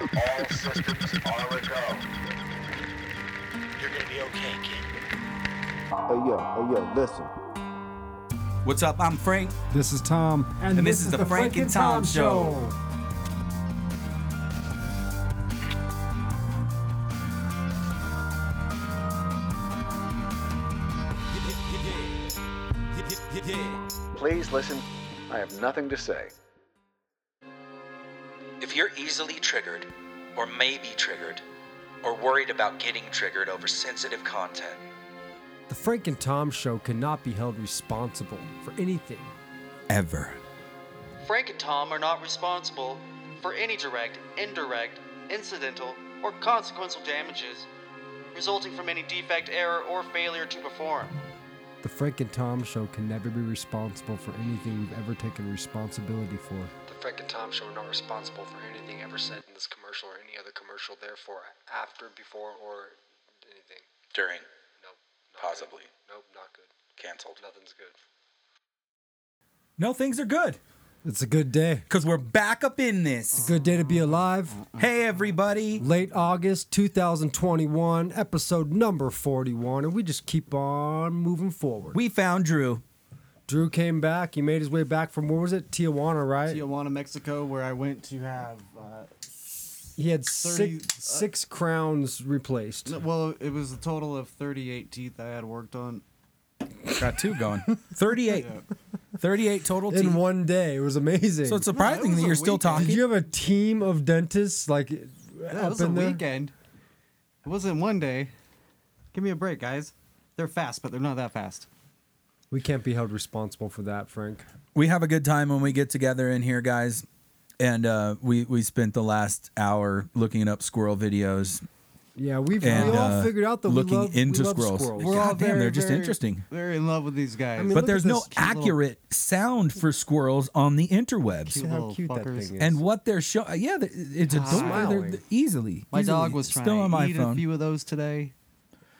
All systems are a go. You're gonna be okay, kid. Hey yo, hey yo, listen. What's up? I'm Frank. This is Tom. And this is the Frank and Tom Show. Please listen. I have nothing to say. If you're easily triggered, or may be triggered, or worried about getting triggered over sensitive content, The Frank and Tom Show cannot be held responsible for anything. ever. Frank and Tom are not responsible for any direct, indirect, incidental, or consequential damages resulting from any defect, error, or failure to perform. The Frank and Tom Show can never be responsible for anything we've ever taken responsibility for. The Frank and Tom Show are not responsible for anything ever said in this commercial or any other commercial, therefore, after, before, or anything. During. Nope. not good. Possibly. Nope, not good. Cancelled. Nothing's good. No, things are good. It's a good day. Because we're back up in this. Good day to be alive. Hey, everybody. Late August 2021, episode number 41, and we just keep on moving forward. We found Drew. Drew came back. He made his way back from where was it? Tijuana, right? Tijuana, Mexico, where I went to have. Uh, he had 30, uh, six, six crowns replaced. well, it was a total of 38 teeth I had worked on. Got two going. 38. 38 total teeth. in one day. It was amazing. So it's surprising No, it was that a you're still weekend. talking. Did you have a team of dentists like That up was a in there? weekend. It wasn't one day. Give me a break, guys. They're fast, but they're not that fast. We can't be held responsible for that, Frank. we have a good time when we get together in here, guys. And uh, we we spent the last hour looking up squirrel videos. Yeah, we've And, we all uh, figured out that looking we love, into we love squirrels. We're all Goddamn, very, they're just very- interesting. Very in love with these guys. I mean, but look there's at no this cute little- accurate sound for squirrels on the interwebs. See how little cute that thing fuckers. is. And what they're showing, yeah, th- it's adorable. Smiling. They're- easily, Ah. my easily. dog was It's trying still to on my eat phone. a few of those today.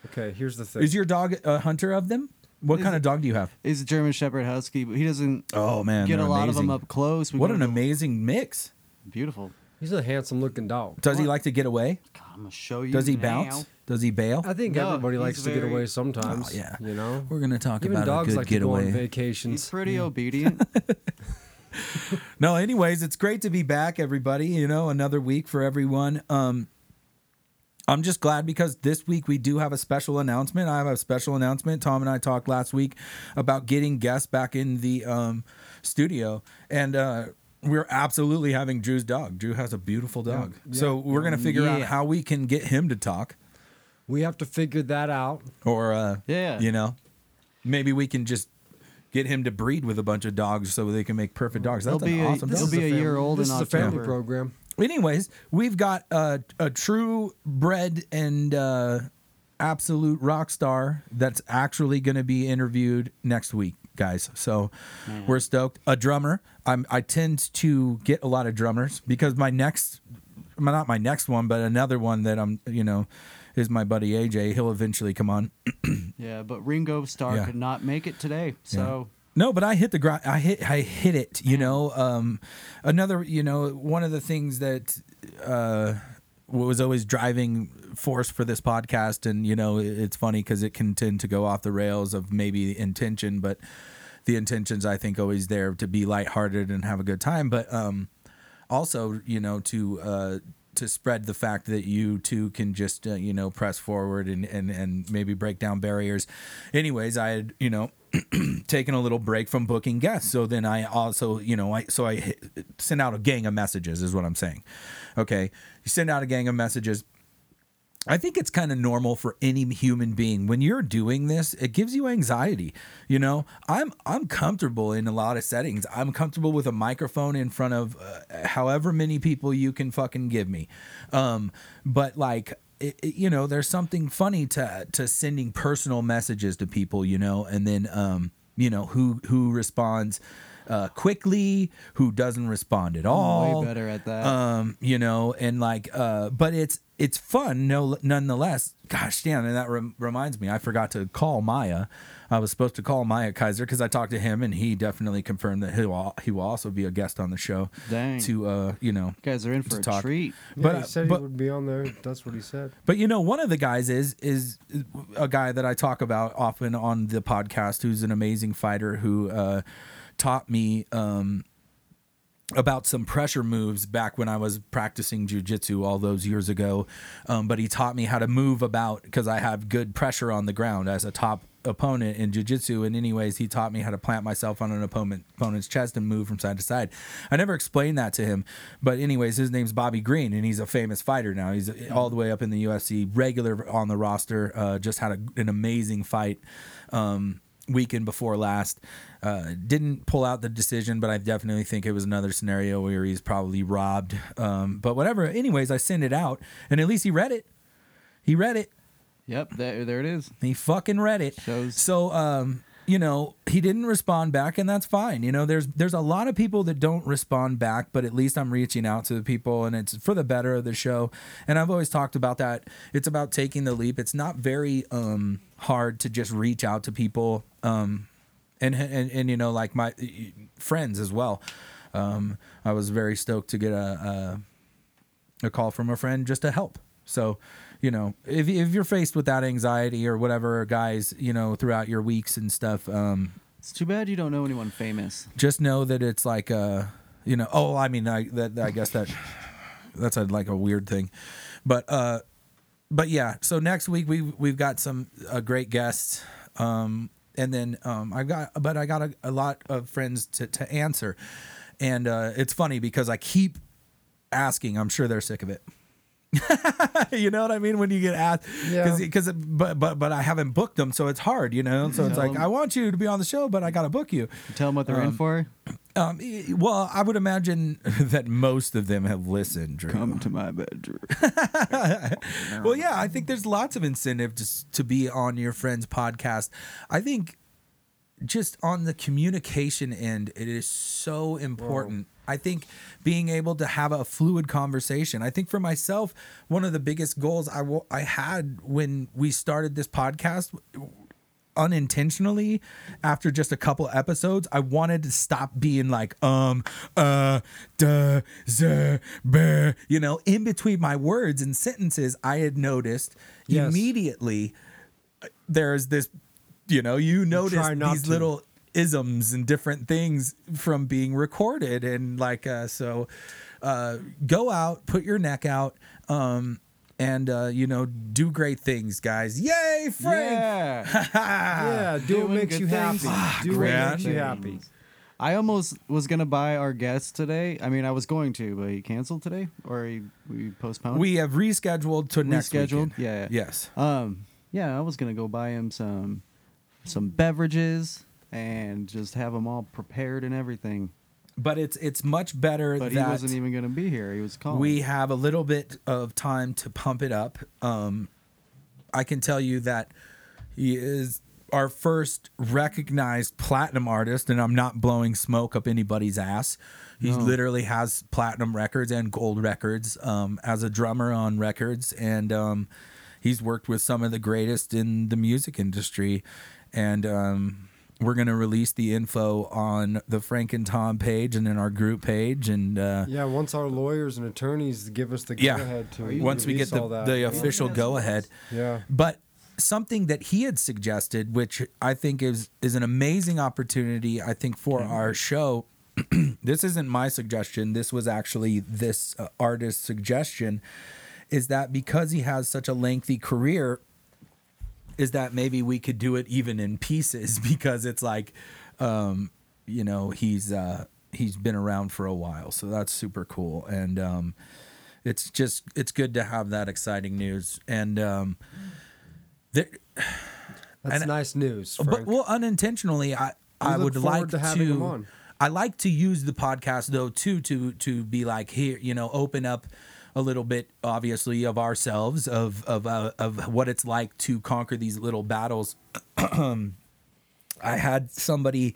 okay, here's the thing. Is your dog a hunter of them? What kind of dog do you have? He's a German Shepherd Husky, but he doesn't Oh man, get a they're lot of them amazing. up close. We What go an to- amazing mix. Beautiful. He's a handsome looking dog. Does he like to get away? God, I'm gonna show you. Does he now. bounce? Does he bail? I think No, everybody he's likes to get very- away sometimes. Oh, yeah. you know. We're gonna talk Even about dogs a good like to go getaway. on He's vacations. pretty obedient. No, anyways, it's great to be back, everybody. You know, another week for everyone. Um, I'm just glad because this week we do have a special announcement. I have a special announcement. Tom and I talked last week about getting guests back in the um, studio, and uh, we're absolutely having Drew's dog. Drew has a beautiful dog, so we're gonna figure out Yeah. how we can get him to talk, we have to figure that out. or uh, Yeah. you know, maybe we can just get him to breed with a bunch of dogs so they can make perfect dogs. That's He'll be an a- awesome. he'll dog. be a family- year old This in is a family October. program. anyways, we've got a, a true bred and uh, absolute rock star that's actually going to be interviewed next week, guys. So we're stoked. A drummer. I'm, I tend to get a lot of drummers because my next, my- not my next one, but another one that I'm, you know, is my buddy AJ. He'll eventually come on. yeah, but Ringo Starr Yeah. could not make it today, so No, but I hit the grind. I hit. I hit it. You know, um, another. You know, one of the things that uh, was always driving force for this podcast, and you know, it- it's funny because it can tend to go off the rails of maybe intention, but the intentions I think always there to be lighthearted and have a good time, but um, also you know to uh, to spread the fact that you too can just uh, you know press forward and and and maybe break down barriers. Anyways, I had you know taken a little break from booking guests. So then I also, you know, I so I hit, sent out a gang of messages is what I'm saying. Okay, you send out a gang of messages. I think it's kind of normal for any human being when you're doing this, it gives you anxiety. You know, I'm I'm comfortable in a lot of settings. I'm comfortable with a microphone in front of uh, however many people you can fucking give me. Um, but like it, it- you know, there's something funny to to sending personal messages to people, you know, and then um, you know, who who responds uh, quickly, who doesn't respond at all. Way better at that. Um, you know, and like, uh, but it's it's fun, no, nonetheless. Gosh damn, and that rem- reminds me, I forgot to call Maya. I was supposed to call Maya Kaiser because I talked to him, and he definitely confirmed that he will he will also be a guest on the show. Dang. To uh, you know, you guys are in for to a talk. treat. But but he said but he would be on there. That's what he said. but you know, one of the guys is is a guy that I talk about often on the podcast, who's an amazing fighter who uh, taught me um, about some pressure moves back when I was practicing jujitsu all those years ago. Um, but he taught me how to move about because I have good pressure on the ground as a top opponent in jujitsu. And anyways, he taught me how to plant myself on an opponent opponent's chest and move from side to side. I never explained that to him, but anyways, his name's Bobby Green, and he's a famous fighter now. He's all the way up in the UFC, regular on the roster. Uh, just had a, an amazing fight. Um, weekend before last. Uh, didn't pull out the decision, but I definitely think it was another scenario where he's probably robbed. Um, but whatever. Anyways, I sent it out, and at least he read it. He read it. Yep, there, there it is. He fucking read it. Shows. So, um, you know, he didn't respond back, and that's fine. You know, there's there's a lot of people that don't respond back, but at least I'm reaching out to the people, and it's for the better of the show. And I've always talked about that. It's about taking the leap. It's not very um, hard to just reach out to people. Um, and and and you know like my friends as well um i was very stoked to get a a, a call from a friend just to help so you know if, if you're faced with that anxiety or whatever guys you know throughout your weeks and stuff um It's too bad you don't know anyone famous. just know that it's like uh you know oh i mean i that i guess that that's a, like a weird thing but uh but yeah so next week we we've got some uh, great guests um and then um i got but i got a, a lot of friends to to answer and uh it's funny because i keep asking i'm sure they're sick of it you know what i mean when you get asked because Yeah. because but but but i haven't booked them so it's hard you know so it's Tell like 'em. i want you to be on the show but i gotta book you You tell them what they're in for. um, e- well, I would imagine that most of them have listened. Drew. Come to my bedroom. Well, yeah, I think there's lots of incentive just to be on your friend's podcast. I think just on the communication end, it is so important. I think being able to have a fluid conversation. I think for myself, one of the biggest goals I wa- I had when we started this podcast unintentionally after just a couple episodes i wanted to stop being like um uh duh zuh, buh. you know in between my words and sentences i had noticed Yes. immediately uh, there's this you know you notice try not these to. little isms and different things from being recorded and like uh so uh go out put your neck out um and uh you know do great things guys yay frank Yeah. yeah, do what Ah, doing makes good you things. happy. Ah, do what great makes you things. happy. I almost was gonna buy our guest today. I mean, I was going to, but he canceled today, or he, we postponed. We have rescheduled to next Rescheduled? weekend. Yeah, yeah. Yes. um, yeah, I was gonna go buy him some, some beverages and just have them all prepared and everything. But it's it's much better But he that wasn't even gonna be here. He was calling. we have a little bit of time to pump it up. Um, I can tell you that he is our first recognized platinum artist, and I'm not blowing smoke up anybody's ass. He literally has platinum records and gold records um, as a drummer on records, and um, he's worked with some of the greatest in the music industry. And um, we're going to release the info on the Frank and Tom page and in our group page. And uh, Yeah, once our lawyers and attorneys give us the go yeah. ahead to Once we get release the, all that. the official go ahead. Yeah. But something that he had suggested, which I think is is an amazing opportunity, I think, for Mm-hmm. our show. this isn't my suggestion. This was actually this uh, artist's suggestion is that because he has such a lengthy career, is that maybe we could do it even in pieces because it's like um you know he's uh he's been around for a while so that's super cool and um it's just it's good to have that exciting news and um there, That's and- nice news. but Frank. well unintentionally i i look would forward like to to, having him on. i like to use the podcast though too to to be like here you know open up a little bit obviously of ourselves of of uh, of what it's like to conquer these little battles I had somebody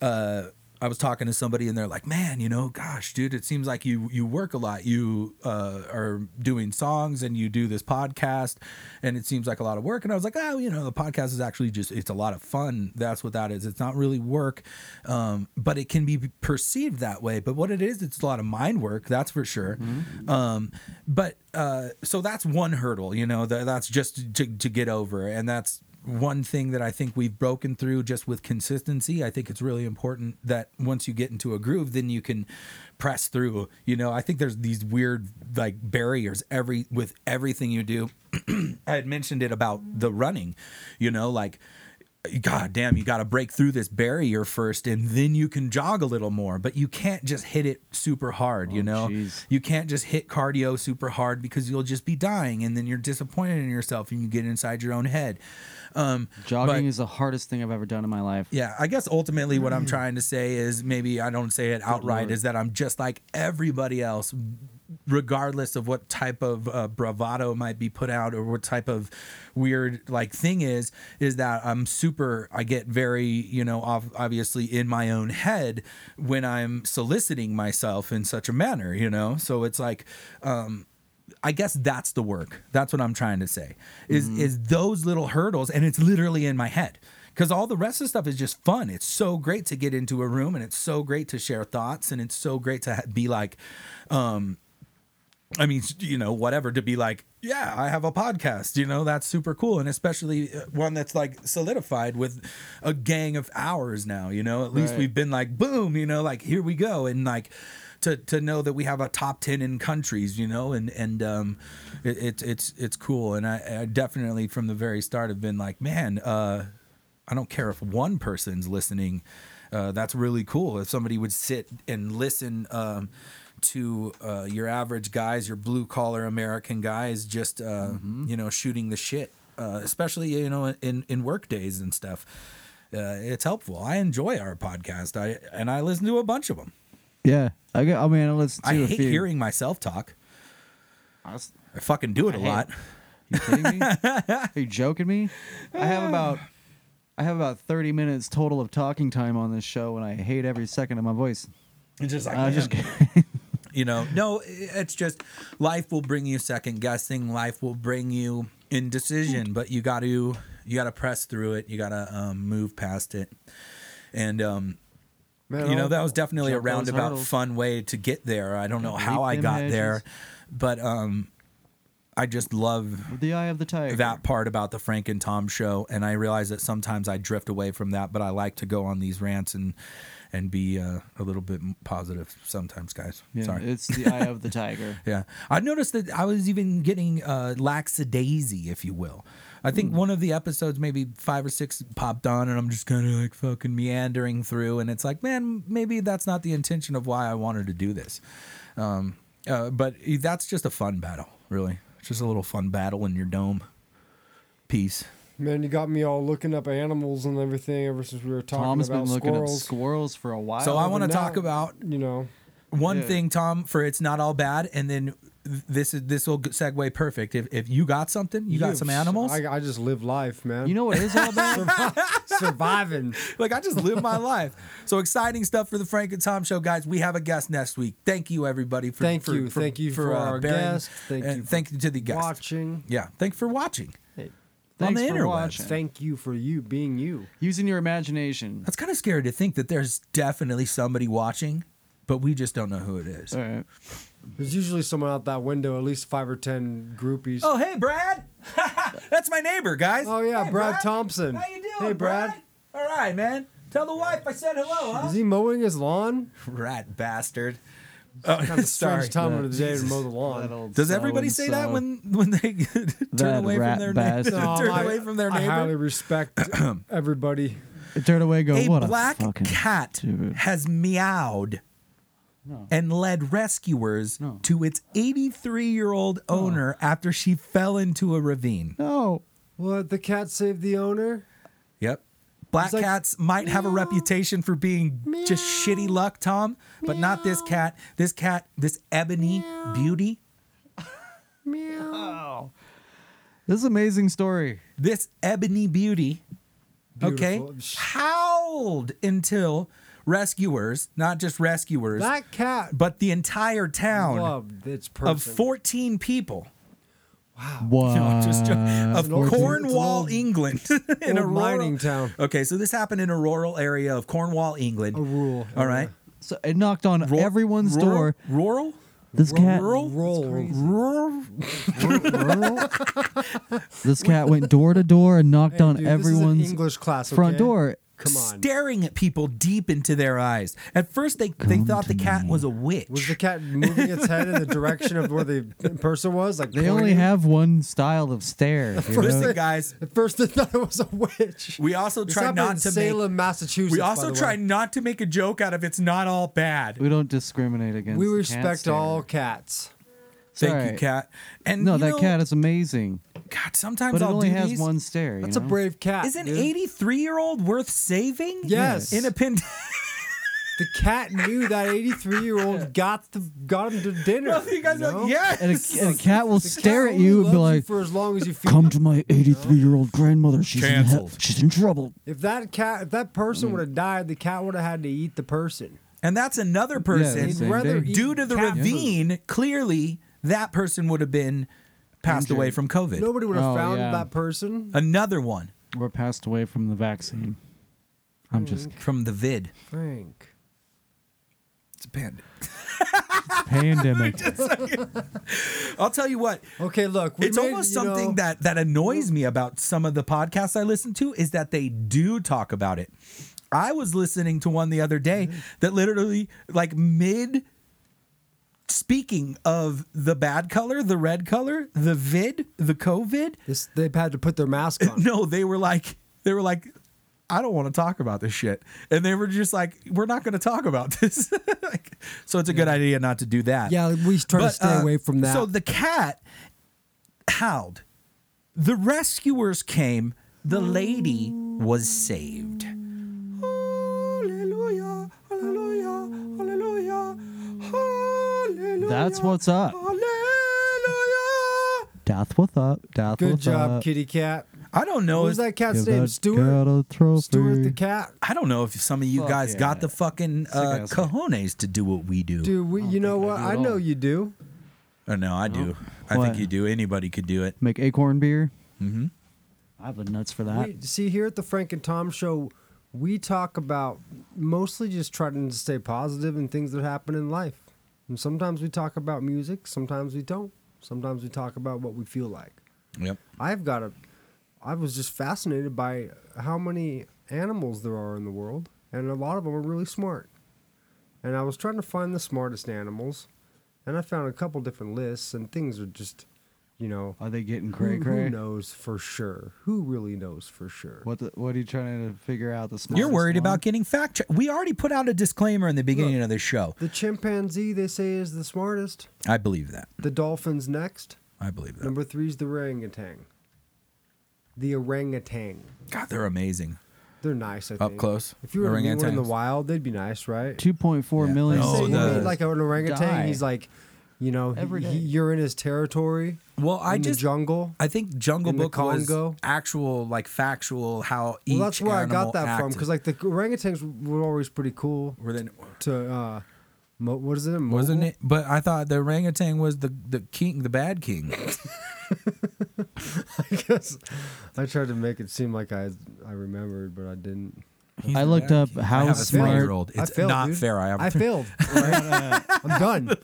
uh I was talking to somebody and they're like, "Man, you know, gosh, dude, it seems like you you work a lot. You uh, are doing songs and you do this podcast, and it seems like a lot of work." And I was like, "Oh, you know, the podcast is actually just it's a lot of fun. That's what that is. It's not really work, um, but it can be perceived that way. But what it is, it's a lot of mind work. That's for sure. Um, but uh, so that's one hurdle. You know, that that's just to to get over, and that's one thing that I think we've broken through just with consistency. I think it's really important that once you get into a groove, then you can press through. You know, I think there's these weird like barriers every with everything you do. I had mentioned it about the running, you know, like God damn, you got to break through this barrier first and then you can jog a little more. But you can't just hit it super hard, you know? jeez. You can't just hit cardio super hard because you'll just be dying and then you're disappointed in yourself and you get inside your own head. Um, Jogging but- is the hardest thing I've ever done in my life. yeah, I guess ultimately what I'm trying to say is maybe I don't say it outright, Lord. is that I'm just like everybody else, regardless of what type of uh, bravado might be put out or what type of weird like thing is, is that I'm super, I get very, you know, ob- obviously in my own head when I'm soliciting myself in such a manner, you know? So it's like, um, I guess that's the work. That's what I'm trying to say. Is is those little hurdles and it's literally in my head. Cuz all the rest of the stuff is just fun. It's so great to get into a room and it's so great to share thoughts and it's so great to ha- be like um I mean, you know, whatever to be like, yeah, I have a podcast, you know, that's super cool. And especially uh, one that's like solidified with a gang of hours now, you know, at least Right. we've been like, boom, you know, like here we go. And like to, to know that we have a top 10 in countries, you know, and, and, um, it, it's, it's, it's cool. And I, I definitely from the very start have been like, man, uh, I don't care if one person's listening. Uh, that's really cool. If somebody would sit and listen um, to uh, your average guys, your blue collar American guys, just uh, Mm-hmm. you know shooting the shit, uh, especially you know in in work days and stuff. Uh, it's helpful. I enjoy our podcast. I and I listen to a bunch of them. Yeah. I, go, I mean, I listen to I a hate few. hearing myself talk. I was- I fucking do it a hate lot. You kidding me? Are you joking me? I have about I have about 30 minutes total of talking time on this show, and I hate every second of my voice. It's just like I man. just you know no it's just life will bring you second guessing life will bring you indecision but you got to you got to press through it you got to um, move past it and um Man, you know I'll- that was definitely a jump those roundabout hurdles. fun way to get there i don't know how leap i them got hedges. there but um i just love with the eye of the tiger. that part about the Frank and Tom show, and I realize that sometimes I drift away from that, but I like to go on these rants and and be uh, a little bit positive sometimes, guys. Yeah, Sorry. It's the eye of the tiger. Yeah, I noticed that I was even getting uh, lackadaisy, if you will. I think one of the episodes, maybe five or six, popped on, and I'm just kind of like fucking meandering through, and it's like, man, maybe that's not the intention of why I wanted to do this. Um, uh, but that's just a fun battle, really. It's just a little fun battle in your dome. Peace. Man, you got me all looking up animals and everything ever since we were talking Tom's about been looking at squirrels. squirrels for a while. So I want to now- talk about you know, one Yeah. thing, Tom, for it's not all bad, and then th- this is this will segue perfect. If if you got something, you got some animals. I, I just live life, man. You know what it is all about? surviving. Like I just live my life. So exciting stuff for the Frank and Tom show, guys. We have a guest next week. Thank you everybody for Thank for, you. for- uh, Thank you for our bearing- guest. Thank and you for thank you to the guest. Watching. Yeah, thank you for watching. Thanks the for interwebs. watching. Thank you for you being you. Using your imagination. That's kind of scary to think that there's definitely somebody watching, but we just don't know who it is. All right. There's usually someone out that window, at least five or ten groupies. Oh hey Brad, that's my neighbor, guys. Oh, yeah, Hey, Brad Thompson. How you doing, Hey, Brad. All right, man. Tell the wife I said hello, huh? Is he mowing his lawn? Rat bastard. Oh, Kind of a sorry. strange time of the day to Jesus. mow the lawn. That old Does everybody say that so-and-so. when when they turn That away from rat their neighbor? bastard. No, turn I- away from their I highly neighbor? respect everybody. Turn away, and go. A what black a fucking cat Dude. has meowed and led rescuers No. to its 83 year old owner after she fell into a ravine. No. What the cat saved the owner? Yep. Black It's like, cats might have a reputation for being just shitty luck, Tom, but not this cat. This cat, this ebony beauty, This is an amazing story. this ebony beauty, Beautiful. okay, howled until rescuers, not just rescuers, That cat but the entire town loved its person. of 14 people. What? No, I'm just joking. Uh, of an old- Cornwall, it's an England, in a old rural, mining town. Okay, so this happened in a rural area of Cornwall, England. A rural All right. So it knocked on Ru- everyone's rural, door. Rural. This cat, rural? roll. Rural. this cat went door to door and knocked on Dude, this is an everyone's English class front okay? door. Come on. Staring at people deep into their eyes. At first, they, they thought the cat was a witch. Was the cat moving its head in the direction of where the person was? Like They only pointing? have one style of stare. you know? Listen, guys, At first, they thought it was a witch. we also This try happened not in to make. Salem, Massachusetts. We by also the try way. not to make a joke out of it's not all bad. We don't discriminate against. We the cat respect stare. all cats. Thank you, Sorry. cat. And No, you that know, cat is amazing, God, sometimes but it I'll only do has these. one stare. you That's a know? brave cat. Is an dude. 83 year old worth saving? Yes. In a pin. The cat knew that 83 year old got the got him to dinner. you guys you are know? like, And yes. a, and a cat will The cat stare at only you and be loves like, for as long as you feed "Come it." to my 83 year old grandmother. She's in hell. Cancelled. She's in trouble." If that cat, if that person Mm. would have died, the cat would have had to eat the person. and that's another person. Same Rather day. eat Due to the cat ravine, clearly that person would have been passed away from COVID. food. Nobody would have Oh, found yeah. that person. Another one Or passed away from the vaccine. I'm just from the vid. Frank. It's a panda. Mm. pandemic. I'll tell you what. Okay, look, we it's made, almost you know- something that that annoys me about some of the podcasts I listen to is that they do talk about it. I was listening to one the other day Mm-hmm. that literally like mid speaking of the bad color, the red color, the vid, the covid, This, they've had to put their mask on. no, they were like they were like I don't want to talk about this shit. And they were just like we're not going to talk about this. Like, so it's a good idea not to do that. Yeah, we try to But, stay uh, away from that. So the cat howled. The rescuers came. The lady was saved. Hallelujah, hallelujah, hallelujah, hallelujah. That's what's up. Hallelujah. Death with up. Death Good with job, up. kitty cat. I don't know. What if- was that cat's Give name? that Stuart. cat a trophy. Stuart the cat. I don't know if some of you Fuck guys yeah. got the fucking uh, ass guy. cojones to do what we do. Dude, we, you know think I what? do I, at know all. you do. Oh, no, I do. I What? think you do. Anybody could do it. Make acorn beer. Mm-hmm. I've been nuts for that. We, see, here at the Frank and Tom show, we talk about mostly just trying to stay positive and things that happen in life. And sometimes we talk about music, sometimes we don't. Sometimes we talk about what we feel like. Yep. I've got a. I was just fascinated by how many animals there are in the world, and a lot of them are really smart. And I was trying to find the smartest animals, and I found a couple different lists, and things are just, you know, Are they getting who- cray Who cray? knows for sure? Who really knows for sure? What the, What are you trying to figure out? The You're smartest worried one? about getting fact checked. We already put out a disclaimer in the beginning Look. of this show. The chimpanzee they say is the smartest. I believe that. The dolphin's next. I believe that. Number three's the orangutan. The orangutan. God, they're amazing. They're nice. I Up think. close, If you were to meet one in the orangutans. wild, they'd be nice, right? 2.4 Yeah. million. They Oh, say No, you the- meet like an orangutan, die. he's like, you know, Every he, day. he- you're in his territory. Well, I in just the jungle. I think Jungle In the Book was Congo? actual, like factual, how each Well, that's where I got animal that from acted. because like the orangutans were always pretty cool. Were they- to uh, mo- what is it? Mobile? wasn't it? But I thought the orangutan was the the king, the bad king. I guess I tried to make it seem like I I remembered, but I didn't. I looked up how I have smart- a three-year-old. I It's failed, not dude. fair. I have I failed. right? I'm done.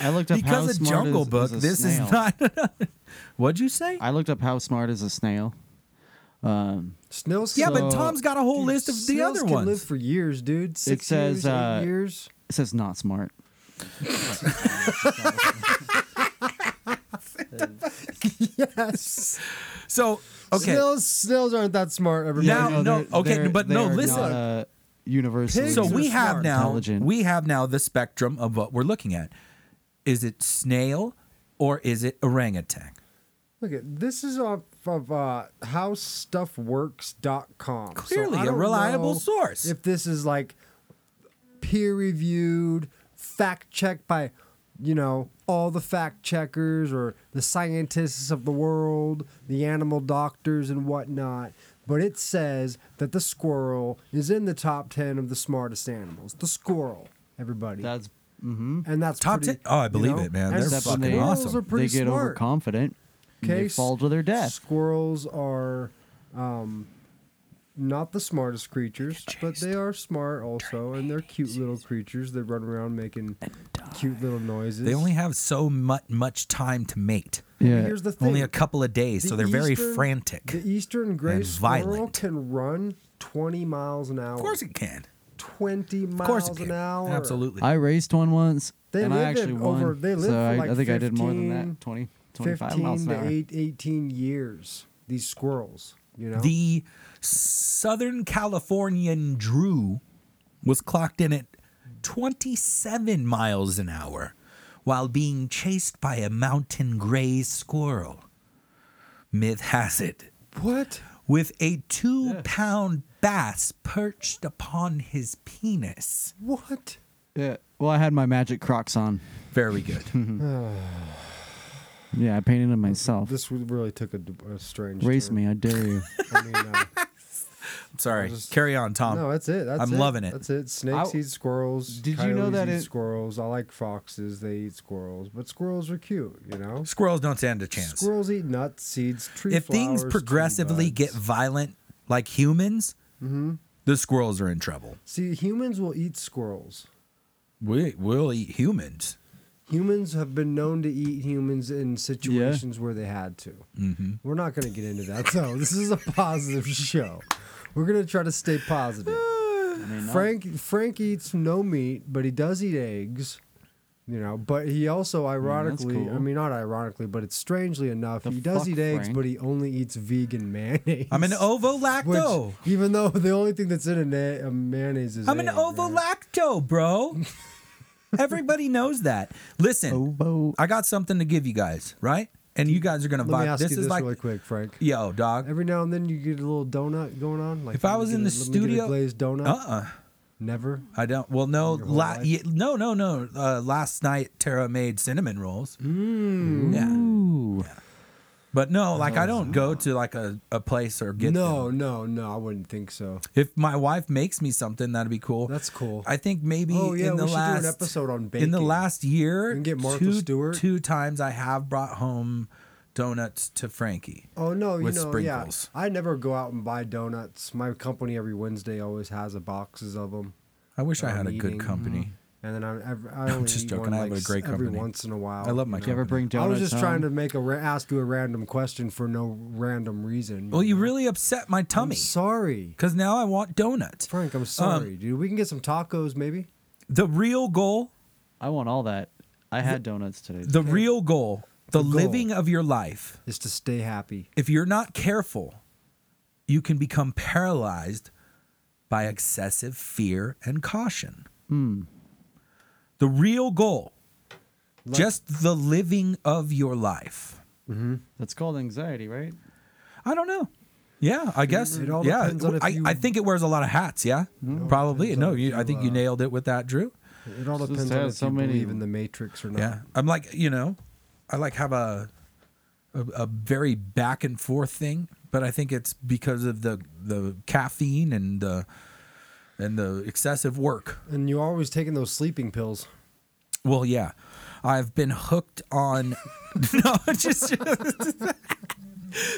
I looked up how because of smart Jungle is, is Book. a this snail. is not. What'd you say? I looked up how smart is a snail. Um, Snails. yeah, can- but So- Tom's got a whole dude, list of the snails other can live ones. for years, dude. Six says, years, eight uh, years. it says not smart. Yes. so okay, Snails. Snails aren't that smart. Everybody. Now- No, no, they're- okay, they're- but they no, are listen. not, uh, universally. Pigs so are we have smart. now Intelligent. we have now the spectrum of what we're looking at. Is it snail or is it orangutan? Look at this is off of uh, howstuffworks.com. So Clearly I a don't reliable know source. If this is like peer reviewed, fact checked by, you know, all the fact checkers or the scientists of the world, the animal doctors and whatnot. but it says that the squirrel is in the top 10 of the smartest animals. The squirrel, everybody. That's mm-hmm. and that's Top pretty, 10 oh, I you believe know, it, man. and They're Except when fucking they- squirrels awesome. Are pretty they get smart. overconfident. and Okay, They s- fall to their death. Squirrels are um, not the smartest creatures, but they are smart also, and they're cute little creatures that run around making cute little noises. They only have so much much time to mate. But Yeah. Here's the thing. Only a couple of days, so the they're very eastern- frantic. The eastern gray and squirrel violent. can run 20 miles an hour. of course it can. 20 miles Of course it an can. hour. Absolutely. I raced one once, They and I live in actually won. over- they live so for I, like I think I did more than 15, that 20, 25 miles 15 an to hour. eight, 18 years, these squirrels, you know? The Southern Californian Drew was clocked in at 27 miles an hour while being chased by a mountain gray squirrel. Myth has it. what? With a two pound bass perched upon his penis. What? Yeah. Well, I had my magic Crocs on. Very good. Yeah, I painted them myself. This w- really took a, d- a strange Race turn. me, I dare you. I mean, uh, Sorry. just- Carry on, Tom. no, that's it. That's Um, I'm it. loving it. That's it. Snakes I- eat squirrels. Did you know coyotes that eat it- squirrels? I like foxes. They eat squirrels, but squirrels are cute. You know, Squirrels don't stand a chance. squirrels eat nuts, seeds, tree if things flowers, tree progressively get buds. Mm-hmm. violent like humans, the squirrels are in trouble. see, humans will eat squirrels. We will eat humans. Humans have been known to eat humans in situations where they had to. Mm-hmm. We're not going to get into that, though. this is a positive show. We're going to try to stay positive. Frank Frank eats no meat, but he does eat eggs. You know, but he also ironically, I Mm, cool. mean, not ironically, but it's strangely enough, The he does fuck, eat eggs, Frank? but he only eats vegan mayonnaise. I'm an Which, ovolacto. even though the only thing that's in a, na- a mayonnaise is I'm an egg, right? ovolacto, bro. Everybody knows that. Listen, Ovo- I got something to give you guys, right? And you guys are gonna Let me vibe. ask This you is this like, really quick, Frank. yo, dog. Every now and then you get a little donut going on. Like If I let me was get in a- the let me get a studio- glazed donut. Uh uh Never. I don't. Well, no, whole la- life? ye- no, no, no. Uh, last night Tara made cinnamon rolls. Mm. Yeah, Ooh. but no, like I don't go to like a, a place or get them. no, no, no. I wouldn't think so. If my wife makes me something, that'd be cool. That's cool. I think maybe Oh, yeah, in the we should do an last episode on in the baking. last year. We can get Martha two, Stewart. Two times I have brought home donuts to Frankie. Oh no, you With know, sprinkles. yeah. I never go out and buy donuts. My company every Wednesday always has a boxes of them, I wish I I'm had a eating. Mm-hmm. good company. and then I, I, I only just eat joking, one, I have like, a great every company. once in a while. I love my you know? Do you ever bring I donuts? was just trying to home? make a ra- ask you a random question for no random reason. Well, you really upset my I'm tummy sorry, because now I want donuts. Frank. I'm sorry, dude. We can get some tacos, maybe. The real goal, I want all that. I had donuts today. the real goal, the, goal. living of your life. Is to stay happy. If you're not careful, you can become paralyzed by excessive fear and caution. Hmm. The real goal, just the living of your life. That's called anxiety, right? I don't know. Yeah, I guess. It all yeah, depends on if I, you- I think it wears a lot of hats. Yeah, probably. depends No, on if you, I you, think you uh, nailed it with that, Drew. It all Just depends on had if so you many- believe in the Matrix or not. Yeah, I'm like you know, I like have a, a a very back and forth thing, but I think it's because of the the caffeine and the and the excessive work. And you're always taking those sleeping pills. Well, yeah, I've been hooked on. no, just.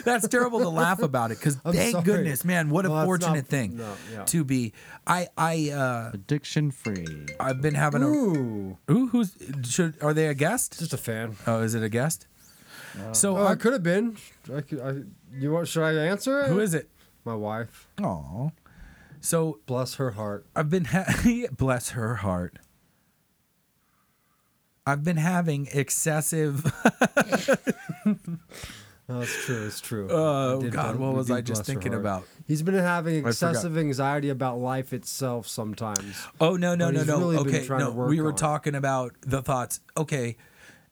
That's terrible to laugh about it because I'm thank sorry. goodness, man, what a No, that's not- fortunate thing no, yeah. to be. I I uh Addiction free. I've been having Ooh, a ooh who's should are they a guest? just a fan. Oh, is it a guest? So Oh, I I, could have been. I could, I, you want? Should I answer it? who is it? My wife. Oh, so Bless her heart. I've been ha- bless her heart. I've been having excessive. No, it's true. It's true. Oh I did God, bu- what we was did I just bless her thinking heart. about? He's been having forgot. excessive anxiety about life itself sometimes. Oh no no But no he's no. really been okay, trying no. to work We were on it. talking about the thoughts. Okay,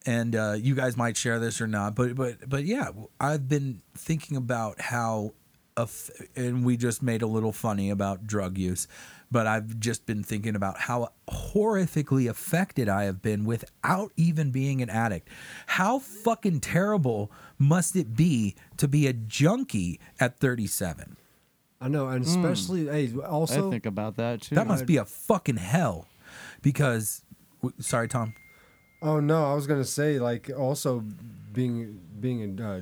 and uh, you guys might share this or not, but but but yeah, I've been thinking about how, a f- and we just made a little funny about drug use, but I've just been thinking about how horrifically affected I have been without even being an addict. How fucking terrible must it be to be a junkie at 37? I know, Hmm. and especially hey, I also think about that too. That must be a fucking hell, because. w- Sorry, Tom. Oh no, I was gonna say like also being being a, uh,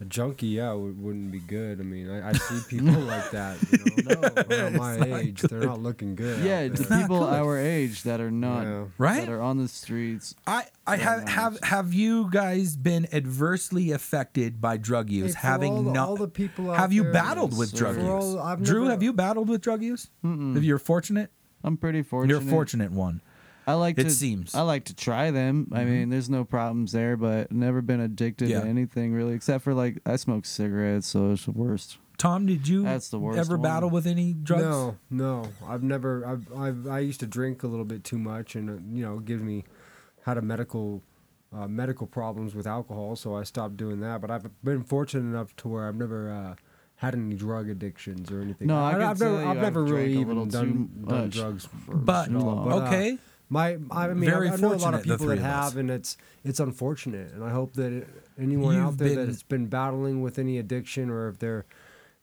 a junkie, yeah, would, wouldn't be good. I mean, I, I see people like that. You know, around my age, they're not looking good. out Yeah, it's there. people our age that are not Yeah. Right? that are on the streets. I, I have, have have you guys been adversely affected by drug use? for having all the- not all the people out have you there- battled with Yes, drug sir. use? For all- I've Drew, never- have you battled with drug use? If you're fortunate, I'm pretty fortunate. you're a fortunate one. I like It to, seems. Mm-hmm. I like to try them. I mean, there's no problems there, but never been addicted Yeah. to anything really, except for like I smoke cigarettes, so it's the worst. Tom, did you That's the worst ever one. battle with any drugs? No, no, I've never. I've, I've I used to drink a little bit too much, and uh, you know, give me had a medical uh, medical problems with alcohol, so I stopped doing that. But I've been fortunate enough to where I've never. Uh, had any drug addictions or anything? No, I can have tell never, you I've I've never drank really a even little done, too done much drugs But at all, but, uh, okay, My, I mean, Very I, I know a lot fortunate, of the people three that of us. have, and it's it's unfortunate. And I hope that it, anyone You've out there been- that has been battling with any addiction, or if they're,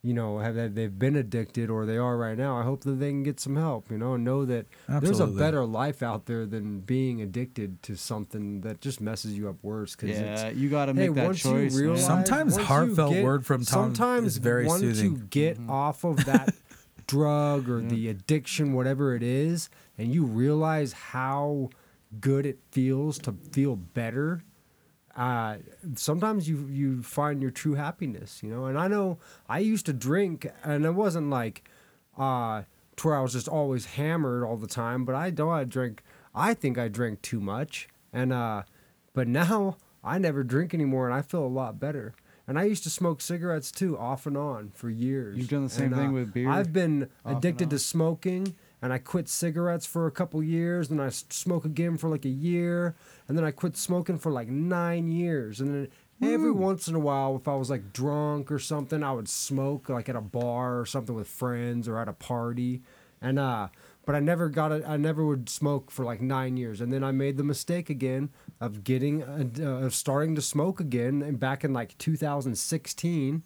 you know, have that they've been addicted or they are right now, I hope that they can get some help. You know, and know that there's a Absolutely. better life out there than being addicted to something that just messes you up worse. Cause Yeah, it's, you got to Hey, make that once you choice. man. realize- Sometimes once you heartfelt get- word from Tom is Sometimes very once you soothing. get Mm-hmm. off of that drug or the addiction, whatever it is, and you realize how good it feels to feel better. Uh, sometimes you you find your true happiness, you know. And I know I used to drink, and it wasn't like uh, to where I was just always hammered all the time. But I don't. I drink. I think I drank too much, and uh, but now I never drink anymore, and I feel a lot better. And I used to smoke cigarettes too, off and on, for years. You've done the same And, uh, thing with beer, I've been and addicted to on. smoking, and I quit cigarettes for a couple years, and I s- smoke again for like a year, and then I quit smoking for like nine years, and then. Hmm. Every once in a while, if I was like drunk or something, I would smoke like at a bar or something with friends or at a party, and uh, but I never got it. I never would smoke for like nine years, and then I made the mistake again of getting uh, of starting to smoke again, and back in like 2016,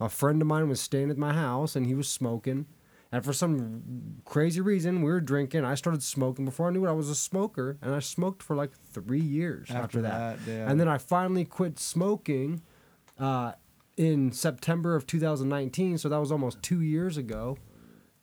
a friend of mine was staying at my house and he was smoking. And for some crazy reason, we were drinking. I started smoking before I knew it. I was a smoker, and I smoked for like three years after, After that. that, yeah. And then I finally quit smoking uh, in September of 2019. So that was almost two years ago.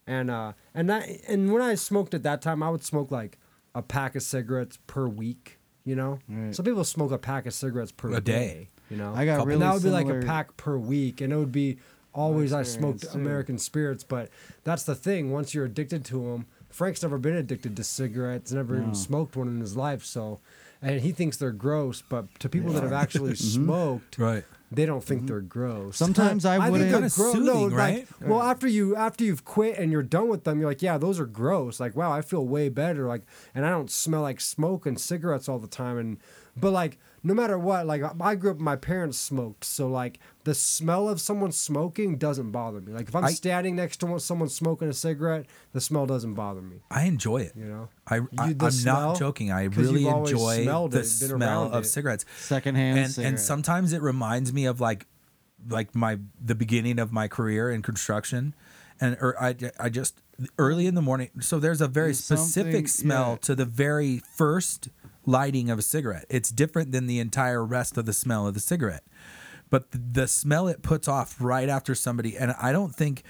And uh, and that and when I smoked at that time, I would smoke like a pack of cigarettes per week. You know, some people smoke a pack of cigarettes per A day. You know, I got and really that would be like a similar- pack pack per week, and it would be always I smoked experience, too. American spirits. But that's the thing. Once you're addicted to them, Frank's never been addicted to cigarettes. Never even smoked one in his life. So, and he thinks they're gross. But to people that have actually Mm-hmm. smoked, Right. They don't think they're gross. Sometimes I wouldn't- they're Kinda gro- soothing, like, right? well, after you after you've quit and you're done with them, you're like, yeah, those are gross. Like, wow, I feel way better. Like, and I don't smell like smoke and cigarettes all the time. And but like, no matter what, like I grew up, my parents smoked, so like the smell of someone smoking doesn't bother me. Like if I'm I- standing next to one- someone smoking a cigarette, the smell doesn't bother me. I enjoy it. You know? I, I You- the am smell? not joking. I 'Cause you've really always enjoy smelled the it, been smell around of it. cigarettes. Secondhand and cigarette. and sometimes it reminds me of like like my the beginning of my career in construction, and or I I just early in the morning. So there's a very There's something- specific smell yeah. to the very first lighting of a cigarette. It's different than the entire rest of the smell of the cigarette, but the, the smell it puts off right after somebody. And I don't think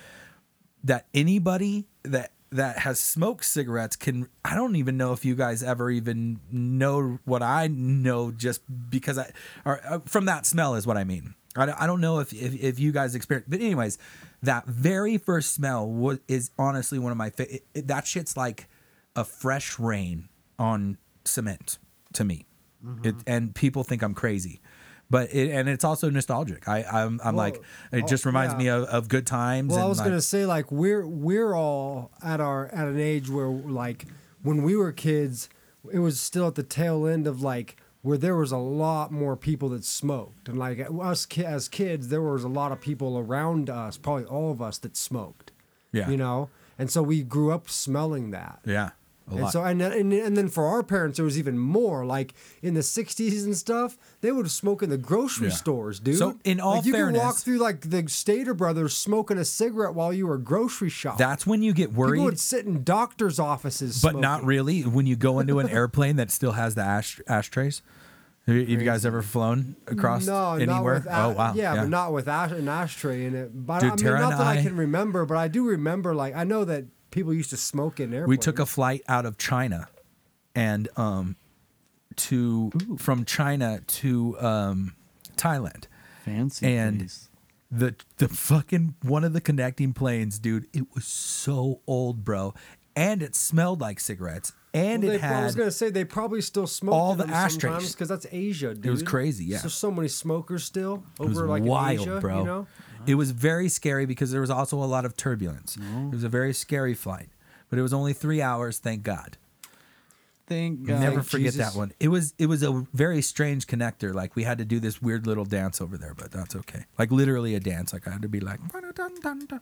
that anybody that that has smoked cigarettes can I don't even know if you guys ever even know what I know just because I or uh, from that smell is what I mean. I don't, I don't know if, if if you guys experience but anyways, that very first smell was is honestly one of my fa- it, it- that shit's like a fresh rain on cement to me. Mm-hmm. It, and people think I'm crazy. But it, and it's also nostalgic. I I'm, I'm like it just oh, reminds yeah. me of, of good times. Well, and I was like, gonna say like we're we're all at our at an age where like when we were kids, it was still at the tail end of like where there was a lot more people that smoked, and like us ki- as kids, there was a lot of people around us, probably all of us that smoked. Yeah. you know, and so we grew up smelling that. Yeah. A and lot. so and, then- and and then for our parents, there was even more. Like in the '60s and stuff, they would smoke in the grocery Yeah. stores, dude. So, in all like, you could walk fairness- through like the Stater Brothers smoking a cigarette while you were grocery shopping. That's when you get worried. People would sit in doctors' offices, but smoking. not really when you go into an airplane that still has the ash- ashtrays. Have you, have you guys ever flown across no, anywhere? Not with a- oh wow, yeah, but not with ash- an ashtray in it. But Dude, I mean, Tara not and that I, I- can remember, but I do remember. Like I know that people used to smoke in airplanes. we took a flight out of China, and um, to from China to um, Thailand. Fancy. And- place. the the fucking one of the connecting planes, dude. It was so old, bro, and it smelled like cigarettes, and Well, it they, I was had gonna say they probably still smoke all in the them ashtrays. sometimes because that's Asia, dude. was crazy, yeah. So so many smokers still it was over like in wild, Asia, bro. You know, It was very scary because there was also a lot of turbulence. Oh. It was a very scary flight, but it was only three hours. Thank God. Thank God. Never Thank forget Jesus. that one. It was it was a very strange connector. Like we had to do this weird little dance over there, but that's okay. Like literally a dance. Like I had to be like, "Ba-da-dun-dun-dun."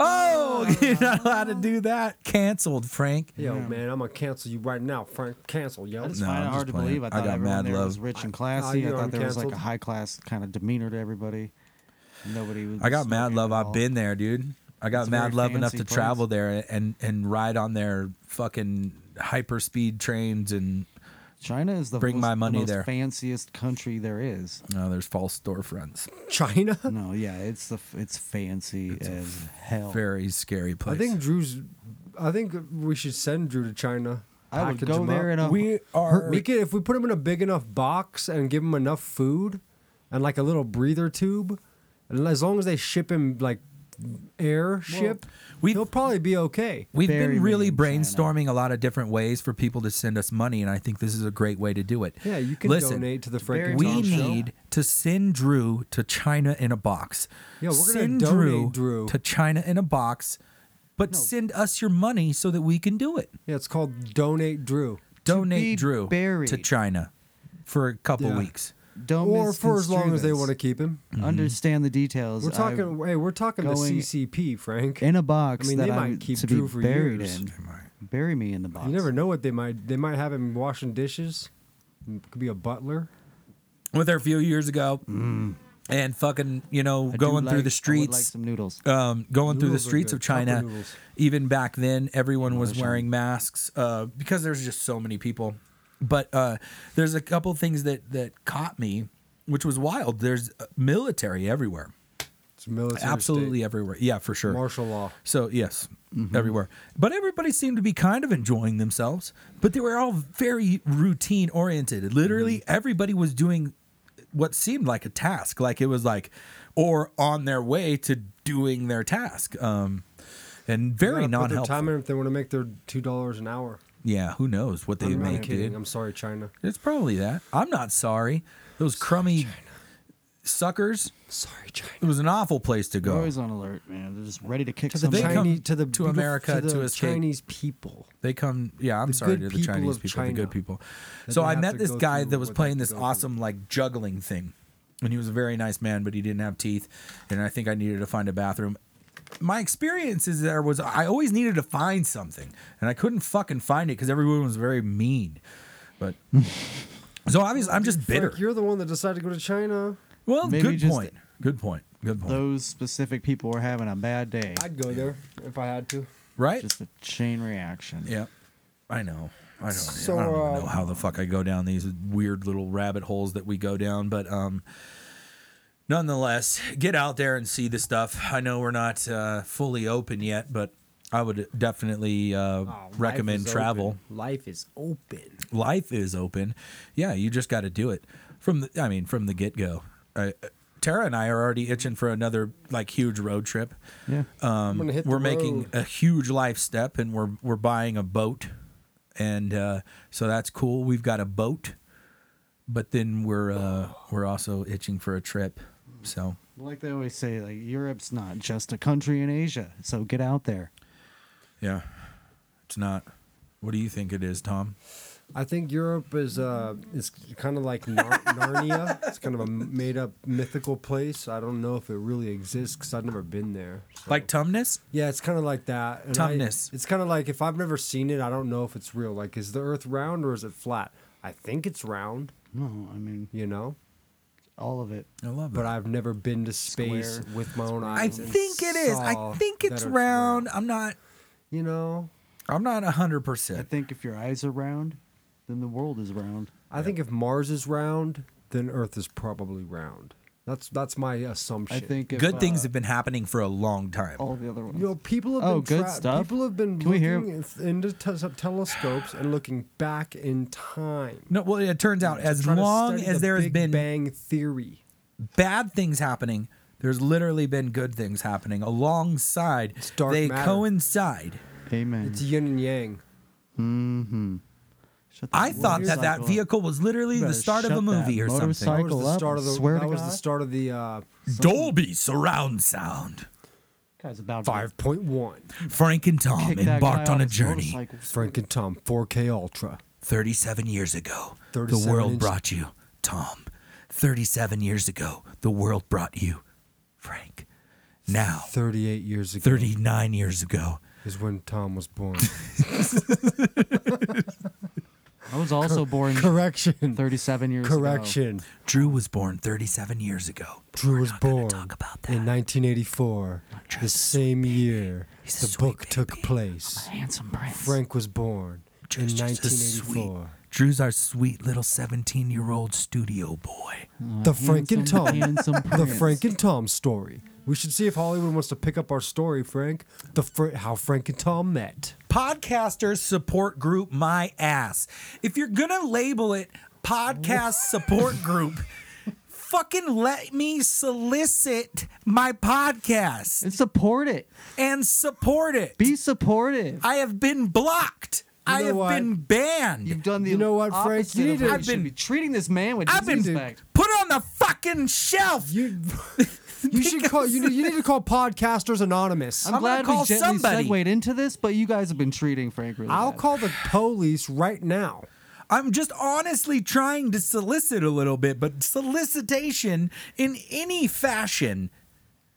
oh, you're not allowed to do that. Canceled, Frank. yo man, I'm gonna cancel you right now, Frank. Cancel, yo. I just No, find I'm it just hard to playing. believe. I I thought got everyone mad there was love. rich and Ah, classy. you I, know, I'm thought there was like a canceled. high class kind of demeanor to everybody. Nobody was. I got mad smoking love. at I've all. been there, dude. I got It's a mad very love enough to fancy travel place. there and and ride on their fucking hyper speed trains and China is the Bring most, my the money most there. fanciest country there is. oh, there's false storefronts. China. No, yeah, it's the f- it's fancy as hell. Very scary Oh. I place. think Drew's. I think we should send Drew to China. I would Package go him there up. in a we are. We could if we put him in a big enough box and give him enough food and like a little breather tube, and as long as they ship him like air ship, we've- he'll probably be okay. We've bury me been really in China. brainstorming a lot of different ways for people to send us money, and I think this is a great way to do it. Yeah, you can Listen, donate to the Frank very and We Tom show. need to send Drew to China in a box. Yeah, we're gonna send donate Drew, Drew. to China in a box, but send us your money so that we can do it. Yeah, it's called Donate Drew. be Donate Drew to buried. China for a couple Yeah. weeks. don't or for as long as they want to to keep him. Mm-hmm. understand the details. We're talking. hey, we're talking the going CCP, Frank. I- in a box I mean, that they I'm might keep to be Drew for buried years. in. Bury me in the box. you never know what they might. They might have him washing dishes. Could be a butler. With her a few years ago, Mm. and fucking, you know, I do going through like- the I would like streets. some noodles. um, going through the Noodles are streets good. of China. Proper noodles. Oh, Even back then, everyone was wearing masks uh, because there's just so many people. But uh, there's a couple things that that caught me, which was wild. There's uh, military everywhere, It's a military. state. absolutely everywhere. Yeah, for sure. Martial law. Mm-hmm. So yes, everywhere. But everybody seemed to be kind of enjoying themselves. But they were all very routine oriented. Literally, Mm-hmm. everybody was doing what seemed like a task. Like it was like, or on their way to doing their task. Um, and very Gotta non Put their time helpful. in if they want to make their two dollars an hour. Yeah, who knows what they I'm make, not kidding. dude? I'm sorry, China. It's probably that. I'm not sorry. Those crummy suckers. Sorry, China. It was an awful place to They're Oh, go. always on alert, man. They're just ready to kick To the They somebody. come Chinese, to the to beautiful- America the to escape. Chinese people. They come, yeah. I'm sorry good to the people Chinese of people, the China good people. that So they I have met to this go guy through that was what they playing have this to go through. awesome like juggling thing, and he was a very nice man, but he didn't have teeth, and I think I needed to find a bathroom. My experiences there was I always needed to find something, and I couldn't fucking find it because everyone was very mean. But so obviously, I'm just bitter. Frank, you're the one that decided to go to China. well, Maybe good just- point. Good point. Good point. Those specific people were having a bad day. I'd go there if I had to. right? Just a chain reaction. Yeah, I know. I don't, So, I don't even uh, know how the fuck I go down these weird little rabbit holes that we go down, but um, nonetheless, get out there and see the stuff. I know we're not uh, fully open yet, but I would definitely Oh, uh, recommend travel. Life is open. Life is open. Yeah, you just got to do it from the. I mean, from the get go. Uh, Tara and I are already itching for another like huge road trip. Yeah. Uh, I'm gonna hit Um, we're the making road. a huge life step and we're we're buying a boat and uh, so that's cool we've got a boat but then we're uh, we're also itching for a trip so Like they always say, like Europe's not just a country in Asia. So get out there. yeah it's not what do you think it is tom I think Europe is uh, is kind of like Nar- Narnia. It's kind of a made up mythical place. I don't know if it really exists because I've never been there. so- Like Tumnus? yeah, it's kind of like that. And I- Tumnus. it's kind of like if I've never seen it, I don't know if it's real. Like, is the Earth round or is it flat? I think it's round. No, I mean You know, all of it. I love but I've never been to space Square. with my own I eyes. and think it is. I saw think that it's round. I'm not. You know, I'm not hundred I percent. think if your eyes are round, then the world is round. I think if Mars is round, then Earth is probably round. That's that's my assumption. I think if, Good uh, things have been happening for a long time. Oh. All the other ones. You know, people have Oh, been good tra- stuff. people have been Can we hear- looking at- into tes- telescopes and looking back in time. No, well, it turns out as Trying to long study as the there has Big been Bang Theory. bad things happening, there's literally been good things happening alongside. dark they matter. coincide. Amen. Mm-hmm. It's e- yin and yang. Shut the I thought that that motorcycle up. vehicle was literally the Better start of shut a movie that or something. motorcycle- That was the up, start of the. swear that to was the God. start of the uh, Dolby surround sound. Guy's about to five point one. Frank and Tom kick that embarked guy on a off his journey motorcycle. Frank and Tom, 4K Ultra. 37 years ago. The 37 world inch- brought you Tom. 37 years ago, the world brought you Frank. Now, Thirty-eight years ago 39 years ago, is when Tom was born. I was also born Correction. 37 years ago. Correction. Drew was born 37 years ago. but Drew we're was not gonna born Talk about that. in 1984. Drew's a The same year He's a the sweet book baby. took place. Handsome prince. Frank was born in Drew's just a sweet. 1984. Drew's our sweet little 17 year old studio boy. The Frank and handsome, Tom. handsome The prince. Frank and Tom story. We should see if Hollywood wants to pick up our story, Frank. The Fra- how Frank and Tom met. Podcasters support group, my ass. If you're gonna label it podcast support group, fucking let me solicit my podcast. And support it. and support it. Be supportive. I have been blocked. I know have what? been banned. You've done the You know what, Frank? opposite You of need to- what I've should been- be treating this man with I've been disrespect. put on the fucking shelf. You, you should call. You need, you need to call podcasters anonymous. I'm, I'm gonna glad call we gently somebody. segued into this, but you guys have been treating Frank really I'll bad. call the police right now. I'm just honestly trying to solicit a little bit, but solicitation in any fashion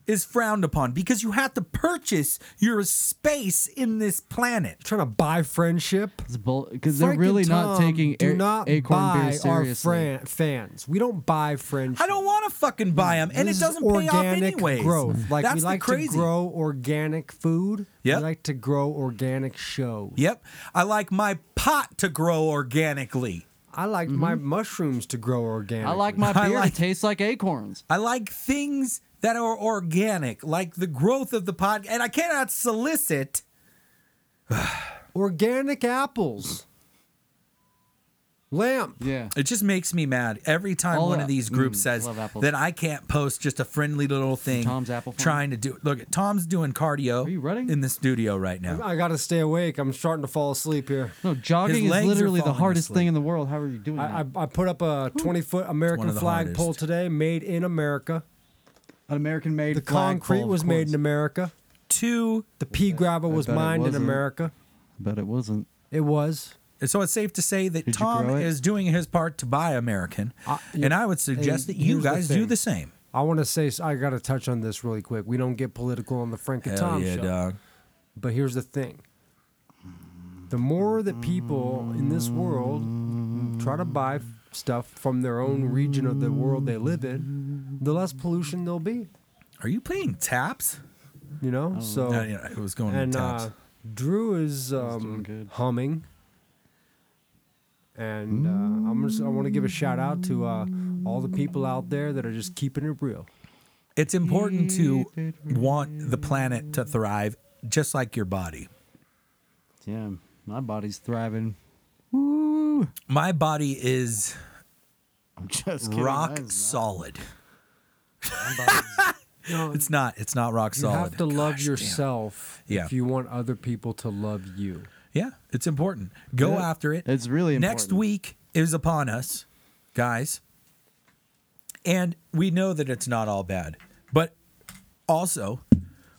is frowned upon because you have to purchase your space in this planet. Trying to buy friendship. because they're Frank and really not Tom taking do a- not acorn buy beer seriously. Our fran- fans, we don't buy friendship. I don't want to fucking buy them, and it This is doesn't pay organic off anyways. Growth. Like That's we the like crazy. to grow organic food. Yep. We like to grow organic shows. Yep, I like my pot to grow organically. I like Mm-hmm. my mushrooms to grow organic. I like my I beer like- to taste like acorns. I like things that are organic, like the growth of the podcast. And I cannot solicit. organic apples. Lamp. Yeah. It just makes me mad every time All one the- of these groups mm, says love apples. that I can't post just a friendly little thing. Tom's apple farm? trying to do. Look, Tom's doing cardio. Are you running? in the studio right now? I gotta stay awake. I'm starting to fall asleep here. No, jogging His is legs are literally the falling hardest asleep. thing in the world. How are you doing I, I, that? I put up a 20 foot American the flag pole hardest. today, made in America. An American made. The concrete was made in America. Two. The pea gravel was bet it mined in wasn't. America. but it wasn't. It was. So it's safe to say that Did you Tom grow it? is doing his part to buy American, Uh, yeah. and I would suggest Hey, that you here's the guys do thing. the same. I want to say I got to touch on this really quick. We don't get political on the Frank and Tom show, uh, but here's the thing: the more that people in this world try to buy stuff from their own region of the world they live in, the less pollution there'll be. Are you playing taps? You know, so Oh. Uh, yeah, it was going and to taps. uh, Drew is doing um, good. humming, and uh, I'm just, I want to give a shout out to uh, all the people out there that are just keeping it real. It's important to want the planet to thrive just like your body. Damn, my body's thriving. My body is I'm just kidding. rock mine's not. solid. it's not. It's not rock You solid. have to love Gosh, damn. yourself Yeah. if you want other people to love you. Yeah, it's important. Go Yeah. after it. It's really Next important. week is upon us, guys. And we know that it's not all bad, but also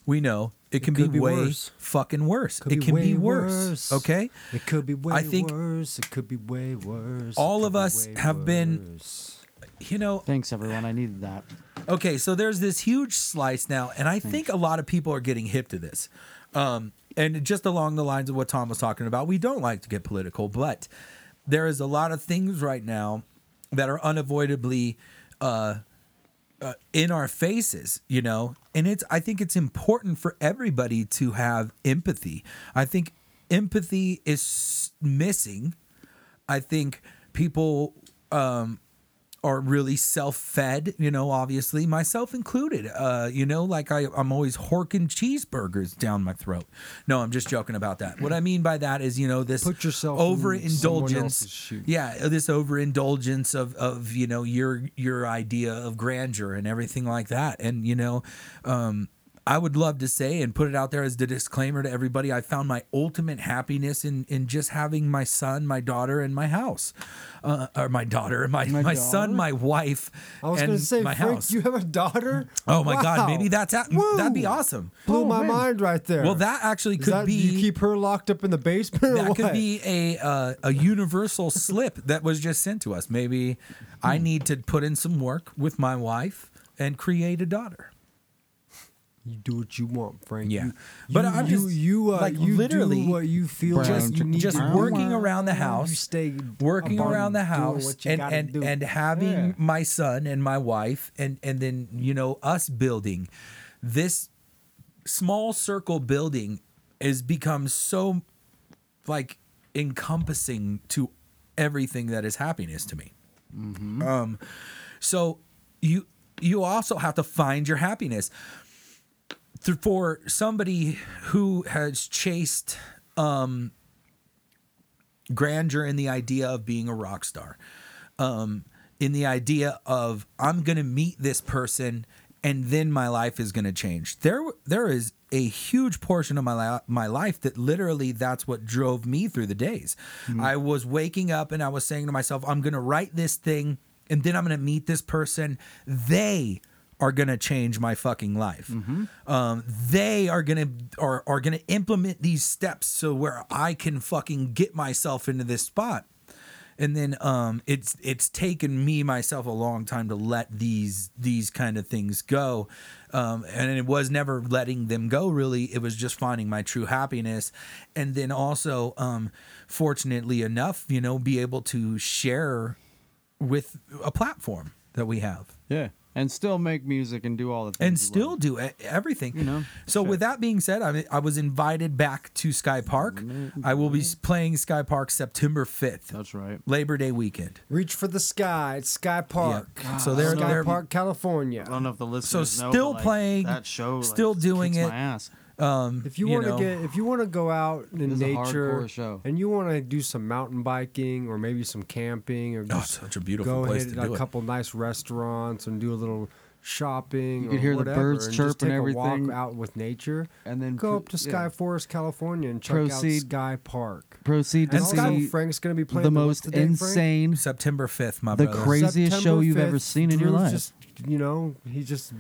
we know It can could be, be way worse. fucking worse. Could it be can be way worse. worse. Okay. It could be way I think- worse. It could be way worse. It All could of be us way have been- worse. You know, Thanks, everyone. I needed that. okay, so there's this huge slice now, and I think a lot of people are getting hip to this. Um, and just along the lines of what Tom was talking about, we don't like to get political, but there is a lot of things right now that are unavoidably uh, uh, in our faces, you know. And it's I think it's important for everybody to have empathy. I think empathy is missing. I think people um, are really self-fed, you know, obviously, myself included. Uh, you know, like I, I'm always horking cheeseburgers down my throat. No, I'm just joking about that. What I mean by that is, you know, this Put yourself in someone else's overindulgence. shoes. Yeah, uh, this overindulgence of of, you know, your your idea of grandeur and everything like that. And, you know, um, I would love to say and put it out there as the disclaimer to everybody. I found my ultimate happiness in in just having my son, my daughter, and my house, uh, or my daughter, my my, son, daughter? my wife, I was and gonna say, my Frank, house. you have a daughter. oh my Wow. God, maybe that's a- Whoa. that'd be awesome. Blew Oh, my man. mind right there. Well, that actually Is could that- do be You keep her locked up in the basement. or that could what? be a uh, a universal slip that was just sent to us. Maybe I need to put in some work with my wife and create a daughter. You do what you want, Frank. Yeah. You, But you, I'm you, just, you, uh, like, you literally do what you feel brown like you chicken. need just to do. working around the You house, stay working above around the doing house, what you and gotta and, do. and having my son and my wife, and and then you know us building this small circle building has become so like encompassing to everything that is happiness to me. Mm-hmm. Um, so you you also have to find your happiness Th- for somebody who has chased grandeur in the idea of being a rock star, um, in the idea of I'm going to meet this person and then my life is going to change. There, there is a huge portion of my li- my life that literally that's what drove me through the days. I was waking up and I was saying to myself, I'm going to write this thing and then I'm going to meet this person. They are going to change my fucking life. Um, they are going to are, are going to implement these steps so where I can fucking get myself into this spot. And then um, it's it's taken me myself a long time to let these these kind of things go, um, and it was never letting them go. Really, it was just finding my true happiness, and then also, um, fortunately enough, you know, be able to share with a platform that we have Yeah. And still make music and do all the things. and you still love. do e- everything. You know, So with that being said, I, I was invited back to Sky Park. I will be s- playing Sky Park September fifth, That's right. Labor Day weekend. Reach for the sky. It's Sky Park. Yeah. So they're- Sky they're- Park, California. I don't know if the listeners know, still but, like, playing, that show, like, still doing kicks it. My ass. If you, Um, you want to know. get, if you want to go out in is a nature hardcore show. and you want to do some mountain biking or maybe some camping or Oh, just it's such a beautiful go place hit to a do it. couple nice restaurants and do a little shopping. You could or hear the whatever, birds and chirp just and take A everything. walk out with nature, And then go pro- up to Mm-hmm. yeah. Sky Forest, California, and check Proceed. out Sky Park. Proceed to And see also, Frank's going to be playing the the- most what's the date, Frank? insane. September fifth, my The brother. cra- Craziest show September you've ever 5th, seen in your Drew's life. Just you know, he's just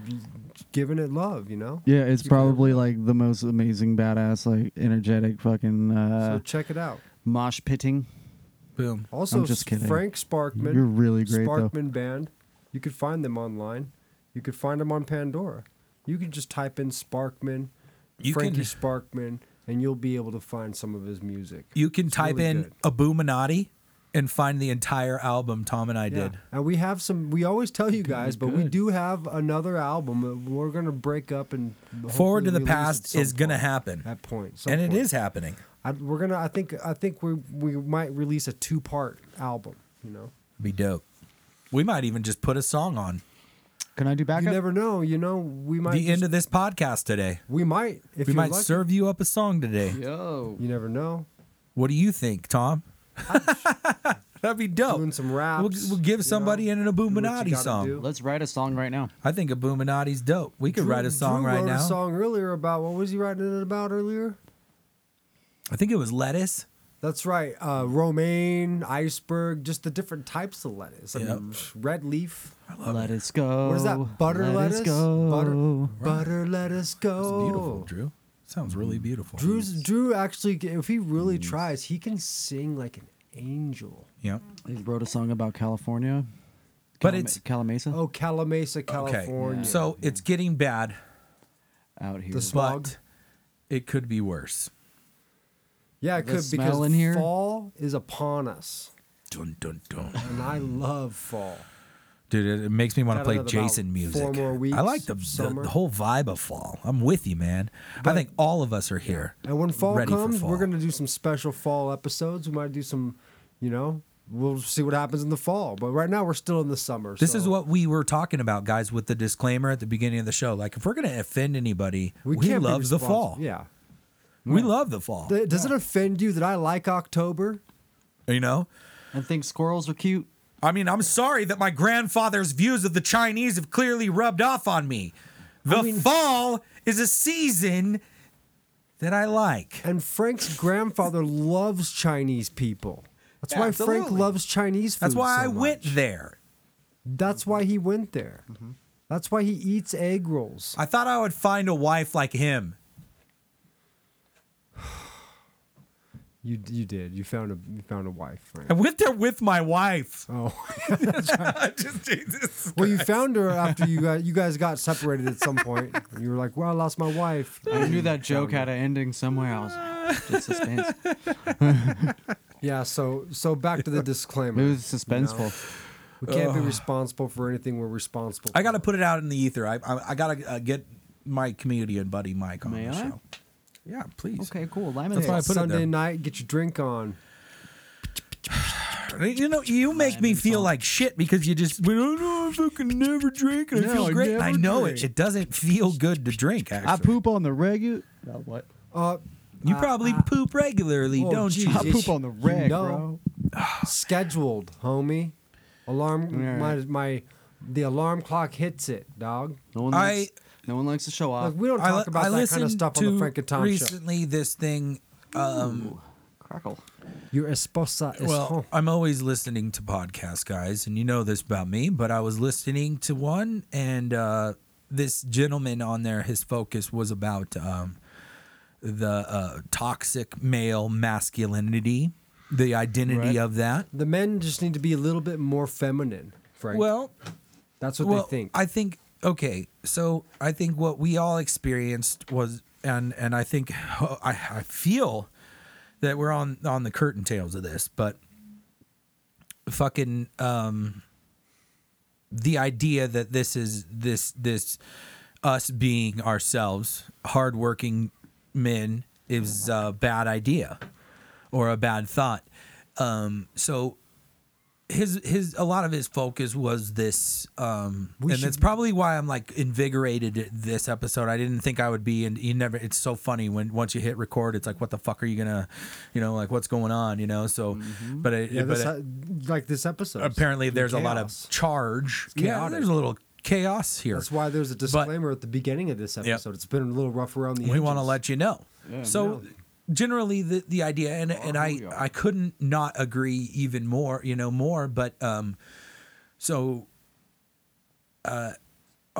giving it love. You know. Yeah, it's You can- probably like the most amazing, badass, like energetic fucking So uh, check it out. mosh pitting. Boom. Also, I'm just kidding. Frank Sparkman. You're really great, though. Sparkman Band. You could find them online. You could find them on Pandora. You can just type in Sparkman, You can- Frankie Sparkman, and you'll be able to find some of his music. You can It's type really in good. Abuminati and find the entire album Tom and I Yeah. did. And we have some. We always tell you guys, but we good. do have another album. that We're gonna break up and Forward to hopefully the release at past some is gonna point. happen, At point, some and it point. is happening. I, we're gonna. I think. I think we we might release a two part album. You know. Be dope. We might even just put a song on Can I do backup? You never know. You know. We might. the end just- of this podcast today. we might. If we you're might lucky. serve you up a song today. Yo. You never know. What do you think, Tom? That'd be dope. Doing some raps, Oh, We'll, we'll give you somebody know, in an do what you Abuminati gotta song. do. Let's write a song right now. I think Abuminati's dope. We could Drew- write a song Drew right wrote now. A song earlier about what was he writing it about earlier? I think it was lettuce. That's right. Uh, romaine, iceberg, just the different types of lettuce. I Yep. mean, red leaf. Let us go. What is that? Butter Oh, Let lettuce. Us go. Butter, butter. Let us go. It's beautiful, Drew. It's Sounds really beautiful. Oh. Drew's, Drew actually, if he really Mm. tries, he can sing like an angel. Yep. He wrote a song about California. But Calama- it's- Calamasa Oh, Calamasa, California. Okay. So it's getting bad, out here. The smog. but it could be worse. yeah, it the could smell because in here? fall is upon us, Dun dun dun. and I love fall. Dude, it, it makes me want to Got play another Jason about music. four more weeks I like the, of the, summer. the whole vibe of fall. I'm with you, man. I think all of us are here. And when fall ready for comes, fall. we're gonna do some special fall episodes. We might do some, you know, we'll see what happens in the fall. But right now, we're still in the summer. This is so what we were talking about, guys, with the disclaimer at the beginning of the show. Like, if we're going to offend anybody, we, be love the responsi- fall. Yeah. We love the fall. Th- Does it offend you that I like October? you know? and think squirrels are cute. I mean, I'm sorry that my grandfather's views of the Chinese have clearly rubbed off on me. The fall is a season that I like. And Frank's grandfather loves Chinese people. That's Yeah, why Frank absolutely. loves Chinese food. That's why so I went Mm-hmm. much. there. That's why he went there. That's why he eats egg rolls. I thought I would find a wife like him. You you did. You found a you found a wife, Frank. I went there with my wife. Oh. Just Jesus. Well, you found her after you got, you guys got separated at some point. You were like, "Well, I lost my wife." I knew that joke had an ending somewhere. I was like, just suspense. Yeah. So so back to the disclaimer. It was suspenseful. We can't be responsible for anything we're responsible. I got to for. put it out in the ether. I I, I got to uh, get my comedian buddy Mike on May the I? show. Yeah, please. Okay, cool. Lemonade. That's why I put Sunday it night. Get your drink on. there. You know, you make me feel like shit because you just went, oh no, I fucking never drink and I No, feel I great. And I never know drink. it. It doesn't feel good to drink. Actually, I poop on the regular. what? Uh, You Ah. probably poop regularly, oh, don't geez. you? I poop on the reg, you know. bro. scheduled, homie. Alarm. Yeah. My my. The alarm clock hits it, dog. No one I- likes, no one likes to show off. Like, we don't Uh, I, talk about I that kind of listened stuff to on the Frank and Tom show. recently this thing. Um, Crackle. Your esposa is Well, home. I'm always listening to podcasts, guys, and you know this about me, but I was listening to one, and uh, this gentleman on there, his focus was about um, the uh, toxic male masculinity, the identity Right. of that. The men just need to be a little bit more feminine, Frank. Well, that's what well, they think. I think okay. So I think what we all experienced was, and and I think I I feel that we're on on the curtain tails of this, but fucking um, the idea that this is this this us being ourselves, hardworking men, is a bad idea or a bad thought. Um, so his his a lot of his focus was this um and that's probably why i'm like invigorated at this episode i didn't think i would be and you never it's so funny when once you hit record it's like what the fuck are you gonna you know like what's going on you know so but it, Mm-hmm. yeah, but this, it- uh, like this episode. apparently there's a lot chaos. of charge yeah chaotic. there's a little chaos here That's why there's a disclaimer at the beginning of this episode. It's been a little rough around the edges. we want to let you know. so generally the the idea Oh, and and I I couldn't not agree even more, you know, more, but um so uh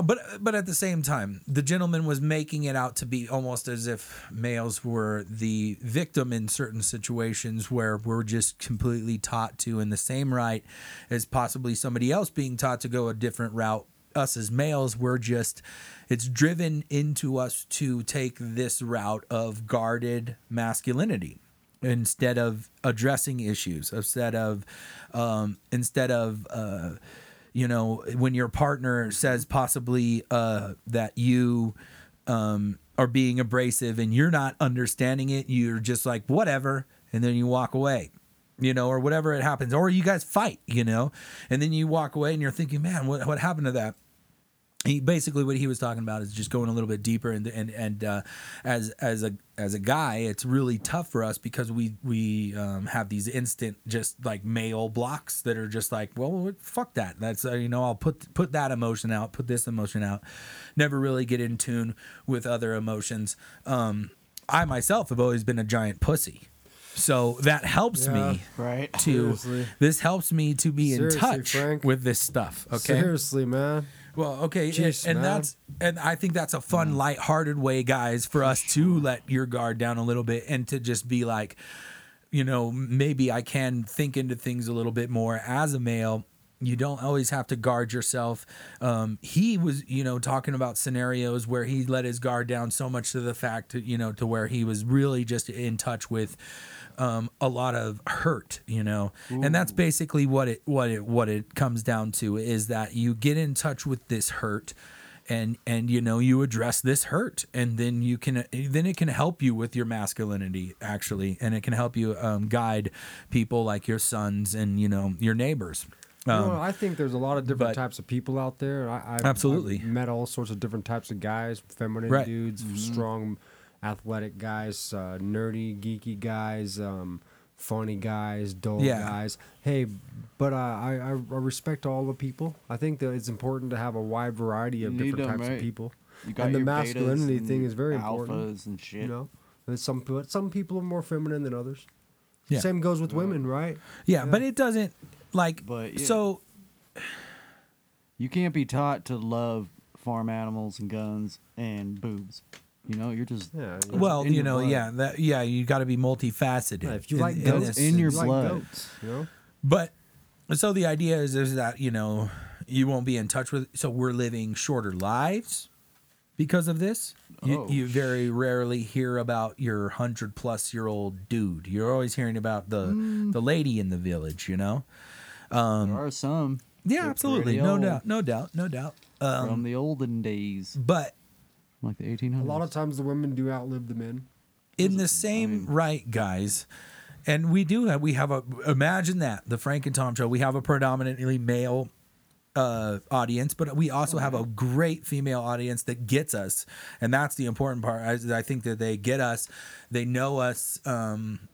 but but at the same time, the gentleman was making it out to be almost as if males were the victim in certain situations where we're just completely taught to in the same right as possibly somebody else being taught to go a different route us as males we're just it's driven into us to take this route of guarded masculinity instead of addressing issues instead of um instead of uh you know when your partner says possibly uh that you um are being abrasive and you're not understanding it you're just like whatever and then you walk away you know, or whatever it happens, or you guys fight, you know, and then you walk away and you're thinking, man, what, what happened to that? He basically what he was talking about is just going a little bit deeper, and and and uh, as as a as a guy, it's really tough for us because we we um, have these instant just like male blocks that are just like, well, what- fuck that. That's uh, you know, I'll put put that emotion out, put this emotion out, never really get in tune with other emotions. Um, I myself have always been a giant pussy, so that helps me Right. to Seriously. this helps me to be Seriously, in touch Frank. with this stuff okay Seriously, man. Well, okay, and- Jeez, and, man. that's and I think that's a fun, lighthearted way, guys, for us to let your guard down a little bit and to just be like, you know, maybe I can think into things a little bit more as a male. You don't always have to guard yourself. Um, he was, you know, talking about scenarios where he let his guard down so much to the fact, to, you know, to where he was really just in touch with um, a lot of hurt, you know, and that's basically what it what it what it comes down to is that you get in touch with this hurt, and and you know you address this hurt and then you can then it can help you with your masculinity actually and it can help you um, guide people like your sons and you know your neighbors Um, You know, I think there's a lot of different but- types of people out there. I, I've, Absolutely. I've met all sorts of different types of guys, feminine Right. dudes, Mm-hmm. strong, athletic guys, uh, nerdy, geeky guys, um, funny guys, dull Yeah. guys. Hey, but uh, I, I I respect all the people. I think that it's important to have a wide variety of You need different them, types right? of people. You got And the your betas masculinity thing and is very alphas important. and shit. You know, And some but some people are more feminine than others. Yeah. Same goes with women, right? yeah, but it doesn't like But, yeah. so You can't be taught to love farm animals and guns and boobs. You know, you're just Yeah. you know. well in you your know blood. yeah that yeah you got to be multifaceted Yeah, if you in- like in goats, this- in your you like blood. goats, you know? But so the idea is, is that you know you won't be in touch with. So we're living shorter lives because of this. You, Oh, you very rarely hear about your hundred plus year old dude. You're always hearing about the Hmm. the lady in the village. You know. there are some Um, Yeah, They're absolutely, pretty no old. doubt, no doubt, no doubt. Um, from the olden days, but like the 1800s. A lot of times the women do outlive the men. in the same right, guys. And we do have we have a imagine that the Frank and Tom show we have a predominantly male uh, audience, but we also have a great female audience that gets us, and that's the important part. I, I think that they get us, they know us. Um,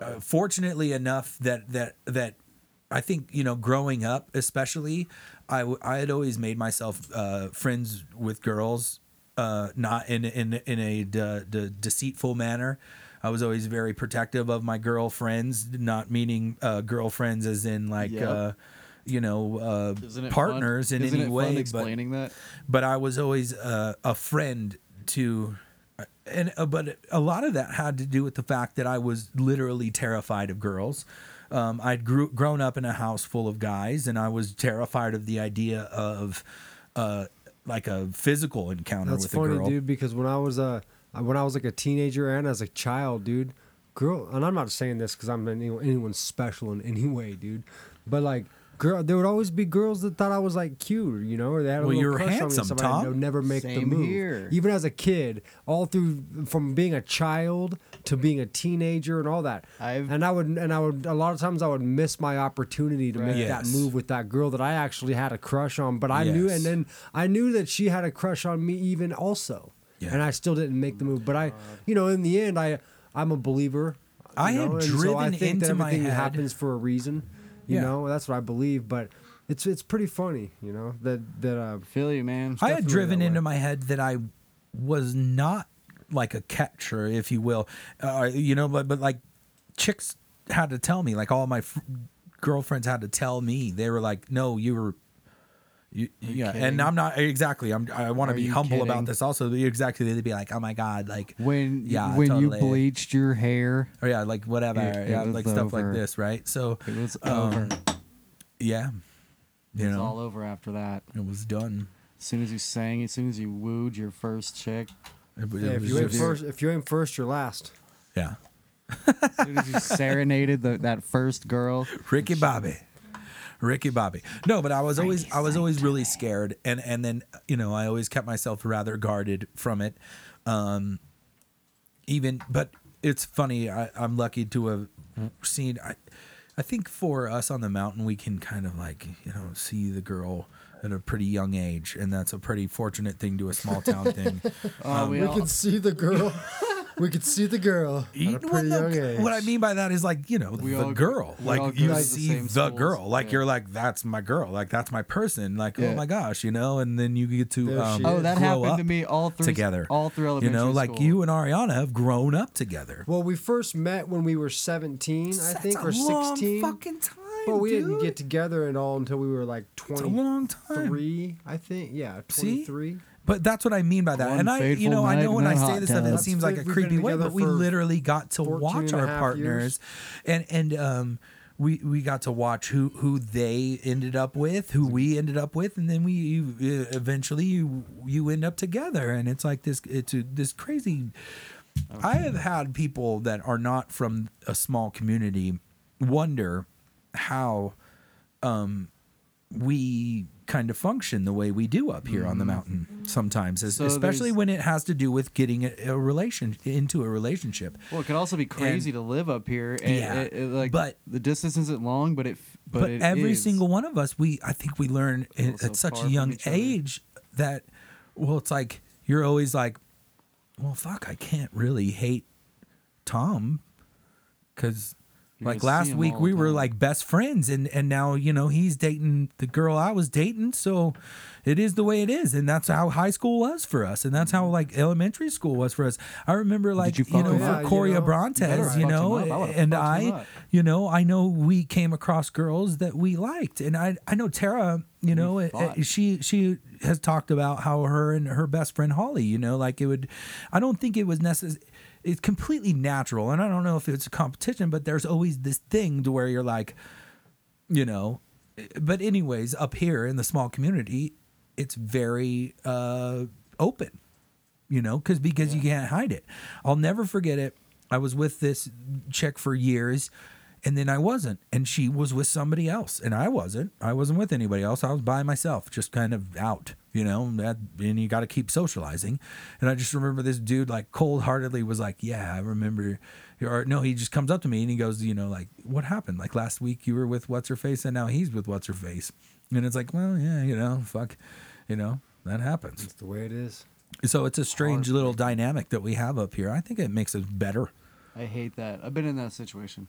uh, fortunately enough, that that that I think you know, growing up, especially, I w- I had always made myself uh, friends with girls, uh, not in in in a de- de- deceitful manner. I was always very protective of my girlfriends, not meaning uh, girlfriends as in like. Yep. Uh, you know, uh, Isn't it fun- partners in isn't any it way. Fun but- explaining that. but I was always uh, a friend to, and uh, but a lot of that had to do with the fact that I was literally terrified of girls. Um, I'd grew, grown up in a house full of guys, and I was terrified of the idea of uh, like a physical encounter That's with funny, a girl. dude, because when I was a when I was like a teenager and as a child, dude, girl, and I'm not saying this because I'm any, anyone special in any way, dude, but like. Girl, there would always be girls that thought I was like cute, you know, or they had a Well, little you're crush on me. handsome, and stuff, and Tom. I'd never make the Same move. here. Even as a kid, all through from being a child to being a teenager and all that. I've- and I would and I would a lot of times I would miss my opportunity to make that Yes. move with that girl that I actually had a crush on, but I knew Yes. and then and I knew that she had a crush on me even also. Yeah. And I still didn't make the move. But I you know, in the end I I'm a believer. you I had know, and so I driven think that into my everything head- happens for a reason. You Yeah. know, that's what I believe. But it's it's pretty funny, you know, that that uh Feel you, man. I had definitely driven that way. into my head that I was not like a catcher, if you will, uh, you know, but but like chicks had to tell me, like all my f- girlfriends had to tell me, they were like, no, you were. You, yeah, kidding? and I'm not exactly. I'm. I want Are to be you humble kidding? about this. Also, exactly, they'd be like, "Oh my god!" Like when yeah, when totally. you bleached your hair, or yeah, like whatever, It- it yeah, was like stuff over. like this, right? So it was um, over. Yeah, you It was know, all over after that. it was done. As soon as you sang, as soon as you wooed your first chick, It, it if was you ain't just- first if you ain't first, you're last. yeah, as soon as you serenaded the, that first girl, Ricky Bobby. Ricky Bobby. No, but I was always I was always really scared and and then you know, I always kept myself rather guarded from it. Um even but it's funny, I, I'm lucky to have seen I I think for us on the mountain we can kind of like, you know, see the girl at a pretty young age and that's a pretty fortunate thing to a small town thing. Uh, Um, oh, we all- see the girl. we could see the girl You- well, no, What I mean by that is like you know We the all- girl, we all like go you to the see same the, schools, girl, like yeah. you're like that's my girl, like that's my person, like Yeah. oh my gosh, you know, and then you get to There um, she oh, that grow happened to up me all through together, all through you elementary know, like school. you and Ariana have grown up together. Well, we first met when we were 17, I That's think, a or long 16. fucking time. But we dude. didn't get together at all until we were like It's a 23, long time. I think. Yeah, See? 23. But that's what I mean by that. One and I, you fateful know, I night know in when a I hot say this stuff, it tub. seems like a We've been creepy way, together but we for literally got to 14 watch and a our half partners, and and um, we we got to watch who who they ended up with, who we ended up with, and then we you, uh, eventually you you end up together, and it's like this it's a, this crazy. I have had people that are not from a small community wonder how um, we kind of function the way we do up here on the mountain sometimes, es- Mm-hmm. So especially there's- when it has to do with getting a, a relation into a relationship. Well, it could also be crazy to live up here. And Yeah, it, it, like, but- the distance isn't long, but it. f- But, But, it every is. single one of us, we I think we learn Feel at, so at such far a from young each other. age that well, it's like you're always like, well, fuck, I can't really hate Tom because. You Like see last him week, all the we were time. like best friends, and and now you know he's dating the girl I was dating, so it is the way it is, and that's how high school was for us, and that's how like elementary school was for us. I remember like Mm-hmm. you you, fuck know him for up? Yeah, you Corey know, you better Abrantes, have you fucked know, him up. I would've and fucked him I, up. you know, I know we came across girls that we liked, and I I know Tara, you know, uh, fought. uh, she she has talked about how her and her best friend Holly, you know, like it would, I don't think it was necessary. It's completely natural, and I don't know if it's a competition, but there's always this thing to where you're like, you know, eh, but anyways, up here in the small community, it's very uh, open you know, cause, because you can't hide it. I'll never forget it. I was with this chick for years and then I wasn't. And she was with somebody else and I wasn't. I wasn't with anybody else. I was by myself, just kind of out, you know, and, that, and you got to keep socializing. And I just remember this dude like cold heartedly was like, Yeah, I remember. Or no, he just comes up to me and he goes, You know, like, what happened? Like last week you were with What's Her Face and now he's with What's Her Face. And it's like, Well, yeah, you know, fuck, you know, that happens. That's the way it is. So it's a strange little dynamic that we have up here. I think it makes us better I hate that. I've been in that situation.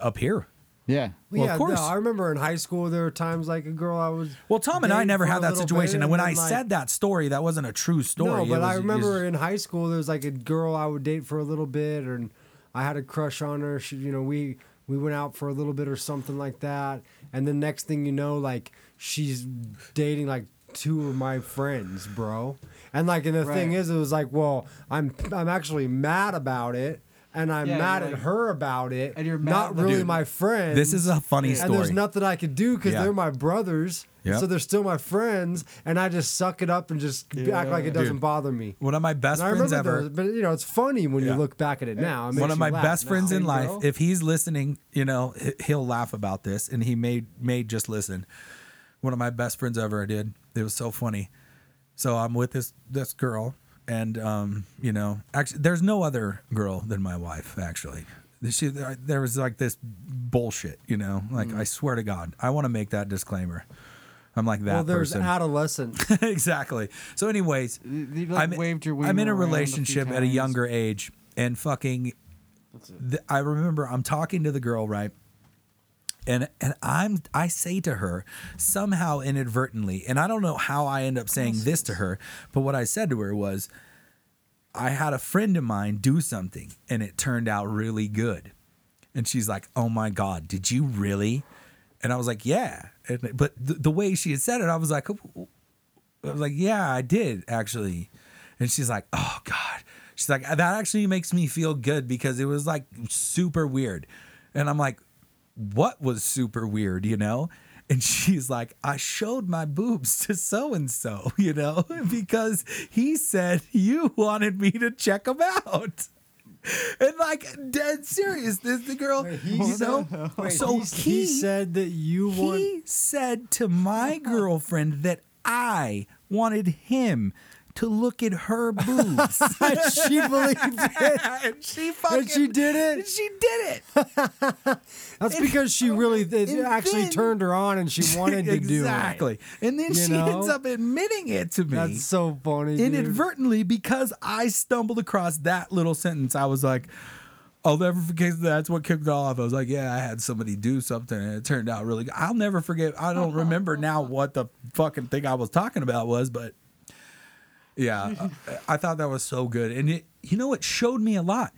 up here. Yeah. Well, of yeah, course. No, I remember in high school there were times like a girl I was. Well, Tom and I dating never for a had that little situation. bit, And when then, I like- said that story, that wasn't a true story. No, It but I was- it remember was- in high school there was like a girl I would date for a little bit, and I had a crush on her. She, you know, we we went out for a little bit or something like that, and the next thing you know, like she's dating like two of my friends, bro. And like, and the thing Right. is, it was like, well, I'm I'm actually mad about it, and I'm Yeah, mad you're at like- her about it, and you're mad not at them. really Dude, my friend. this is a funny And there's story. nothing I could do because Yeah. they're my brothers. Yep. So they're still my friends, and I just suck it up and just act like it doesn't Dude. bother me. one of my best And I friends remember ever. those, but you know, it's funny when Yeah. you look back at it now. It one makes of you my laugh best now. friends in Hey, life. bro. If he's listening, you know h- he'll laugh about this, and he may may just listen. One of my best friends ever. I did. It was so funny. So I'm with this this girl, and um, you know, actually, there's no other girl than my wife. Actually, she there there was like this bullshit. You know, like Mm. I swear to God, I want to make that disclaimer. I'm like that well, there's person. adolescent. exactly. So, anyways, you, like, I'm, waved your I'm in wiener a around a few relationship at a times. younger age, and fucking, th- I remember I'm talking to the girl right, and and I'm I say to her somehow inadvertently, and I don't know how I end up saying this to her, but what I said to her was, I had a friend of mine do something, and it turned out really good. And she's like, "Oh my god, did you really?" And I was like, "Yeah." And, but the, the way she had said it, I was like, "Oh, I was like, yeah, I did actually. And she's like, oh God. She's like, that actually makes me feel good because it was like super weird. And I'm like, what was super weird, you know? And she's like, I showed my boobs to so and so, you know, because he said you wanted me to check them out. And like dead serious, this the girl, you know. Wait, so he, he said that you want. he said to my Uh-huh. girlfriend that I wanted him to look at her boobs. and she believed it. and she fucking And she did and it. she did it. That's because she really it and actually then- turned her on, and she wanted to do it. exactly. And then You she know? ends up admitting it to me. That's so funny. dude. inadvertently because I stumbled across that little sentence. I was like, I'll never forget. That's what kicked it off. I was like, yeah, I had somebody do something and it turned out really good. I'll never forget. I don't remember now what the fucking thing I was talking about was, but yeah, I, I thought that was so good. And it, you know, it showed me a lot.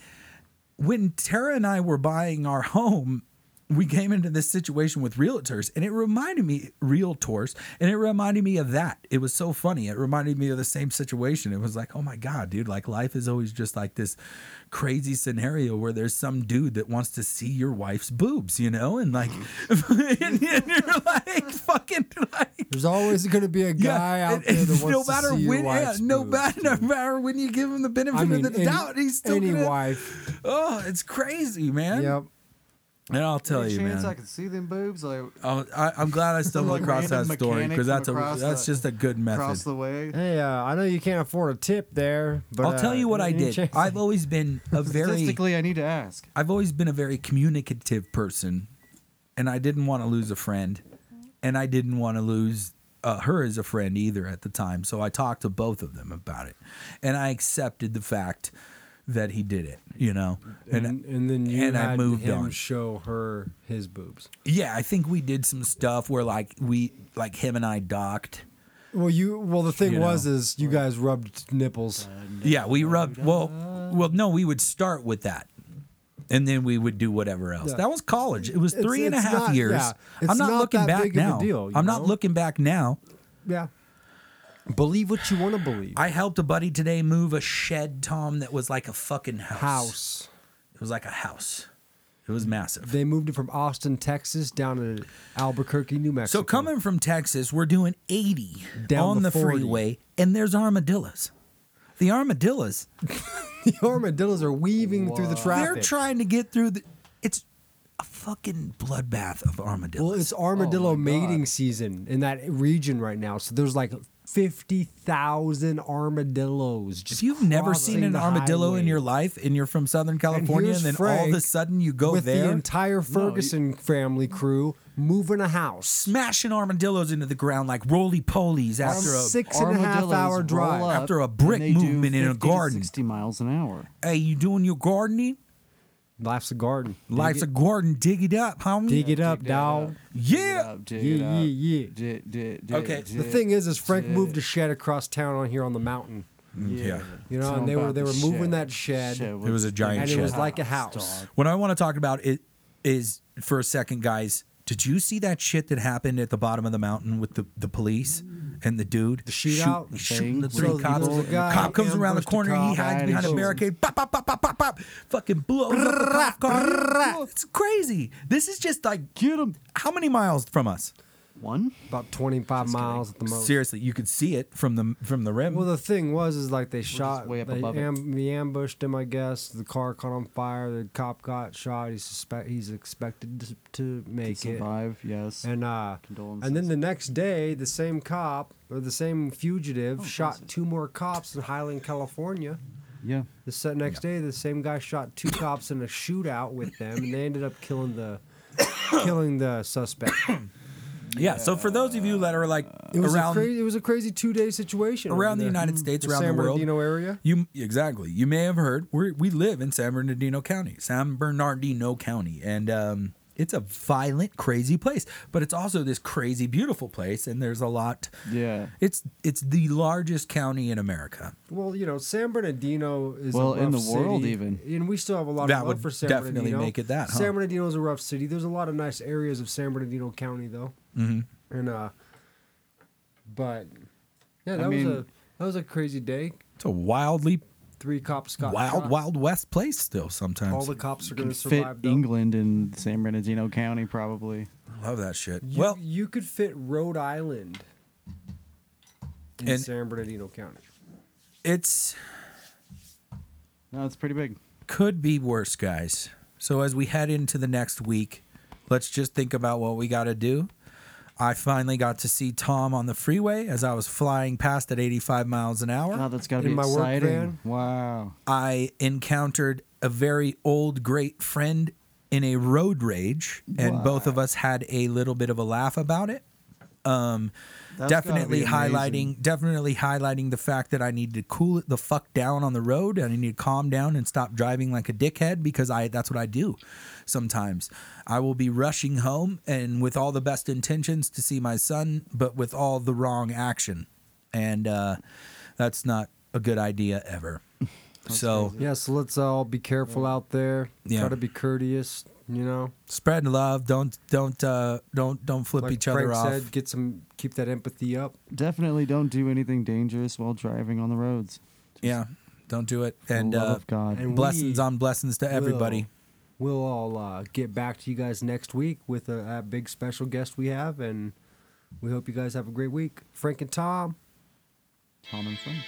When Tara and I were buying our home, we came into this situation with realtors and it reminded me realtors and it reminded me of that it was so funny it reminded me of the same situation it was like oh my god dude like life is always just like this crazy scenario where there's some dude that wants to see your wife's boobs you know and like and, and you're like fucking like There's always going to be a guy out there and- that wants and no to matter see your when, yeah, wife's no, boobs, matter, no dude. matter when you give him the benefit I mean, of the any, doubt, he's still any gonna- wife. Oh, it's crazy, man. Yep. And I'll tell Any you, chance man. I can see them boobs like Oh, I, I'm glad I stumbled Like across that random story mechanic because that's a from across that's the- just a good across method. the way. Hey, uh, I know you can't afford a tip there, but I'll tell uh, you what I any did. chance- I've always been a very Statistically, I need to ask. I've always been a very communicative person, and I didn't want to lose a friend, and I didn't want to lose uh, her as a friend either at the time. So I talked to both of them about it, and I accepted the fact that he did it. You know, and, and then you and I had moved him on. show her his boobs. Yeah, I think we did some stuff where like we like him and I docked. Well, you well the thing You was know. is you guys rubbed nipples. Yeah, we rubbed well well no, we would start with that. And then we would do whatever else. Yeah. That was college. It was It's- three and a it's half not- years. yeah, I'm it's not, not looking that back big of a now. deal, you I'm not know? looking back now. Yeah. Believe what you want to believe. I helped a buddy today move a shed, Tom, that was like a fucking house. House. It was like a house. It was massive. They moved it from Austin, Texas, down to Albuquerque, New Mexico. So coming from Texas, we're doing 80 Down on to the 40. freeway, and there's armadillos. The armadillos the armadillos are weaving through the traffic. They're trying to get through the. It's a fucking bloodbath of armadillos. Well, it's armadillo mating season in that region right now. So there's like 50,000 armadillos. Just if you've never seen crossing an the armadillo in highway. your life and you're from Southern California and, then here's all of a Frank sudden you go with there, the entire Ferguson family crew moving a house. smashing armadillos into the ground like roly polies after a. Six and a half Armadillos hour roll drive. up, After a and brick they do movement in a 50 to garden. 60 miles an hour. Hey, you doing your gardening? Life's a garden. Life's a garden. Dig it up, homie. Dig it up, Dig that dog. Yeah. Dig Yeah, it up, dig yeah, yeah. it up. Dig- dig- dig- Okay. The dig- thing is, is Frank Yeah. moved a shed across town on here on the mountain. Mm, Yeah. You know, Tell and they about were they the were shed. moving that shed, It was a giant and shed. it was like a house. What I want to talk about it is for a second, guys. Did you see that shit that happened at the bottom of the mountain with the, the police and the dude? The shootout thing. shooting the three So cops. there's a guy cop comes around the ambushed a corner, he cop, hides and behind he a shoots barricade. Pop, pop, pop, pop, pop, pop. Fucking blows up the cop car. It's crazy. This is just like Get him. how many miles from us? One. About twenty five miles at the most. Seriously, you could see it from the from the rim. Well, the thing was, is like they shot, way up they, above it. am- they ambushed him. I guess the car caught on fire. The cop got shot. He's suspect. He's expected to, to make it. Survive. Yes. And uh, and then Condolences. the next day, the same cop or the same fugitive Oh, shot two more cops in Highland, California. yeah. The se- next day, the same guy shot two cops in a shootout with them, and they ended up killing the killing the suspect. yeah. So for those of you that are like It was around a crazy. It was a crazy two day situation over around the there. United States, around San the world. Bernardino area. You exactly. You may have heard we we live in San Bernardino County, San Bernardino County, and um, it's a violent, crazy place. But it's also this crazy, beautiful place, and there's a lot. Yeah. It's it's the largest county in America. Well, you know, San Bernardino is Well, a in rough the world, city, even. and we still have a lot That of love would for San definitely Bernardino. make it that, huh? San Bernardino is a rough city. There's a lot of nice areas of San Bernardino County, though. Mm-hmm. And uh, but yeah, that mean- was a that was a crazy day. It's a wildly Three cops got wild, shot. wild west place still. All Sometimes the cops are going to Fit survive. though. England in San Bernardino County, probably. I love that shit. You, well, you could fit Rhode Island in And- San Bernardino County. it's No, it's pretty big. could be worse, guys. So as we head into the next week, let's just think about what we got to do. I finally got to see Tom on the freeway as I was flying past at 85 miles an hour. God, that's gotta In be my work exciting. van. Wow. I encountered a very old great friend in a road rage, and both of us had a little bit of a laugh about it. Um, That's gotta be definitely amazing. highlighting, definitely highlighting the fact that I need to cool it the fuck down on the road, and I need to calm down and stop driving like a dickhead because I that's what I do. Sometimes I will be rushing home and with all the best intentions to see my son, but with all the wrong action, and uh, that's not a good idea ever. So Yeah, so let's all be careful out there. Yeah. Try to be courteous. You know, Spread love. Don't don't uh, don't don't flip like each Frank other off. said, get some, keep that empathy up. Definitely don't do anything dangerous while driving on the roads. yeah, don't do it. For the And love uh, of God. and blessings we on blessings to everybody. We'll, we'll all uh, get back to you guys next week with a, that big special guest we have, and we hope you guys have a great week. Frank and Tom. Tom and Frank.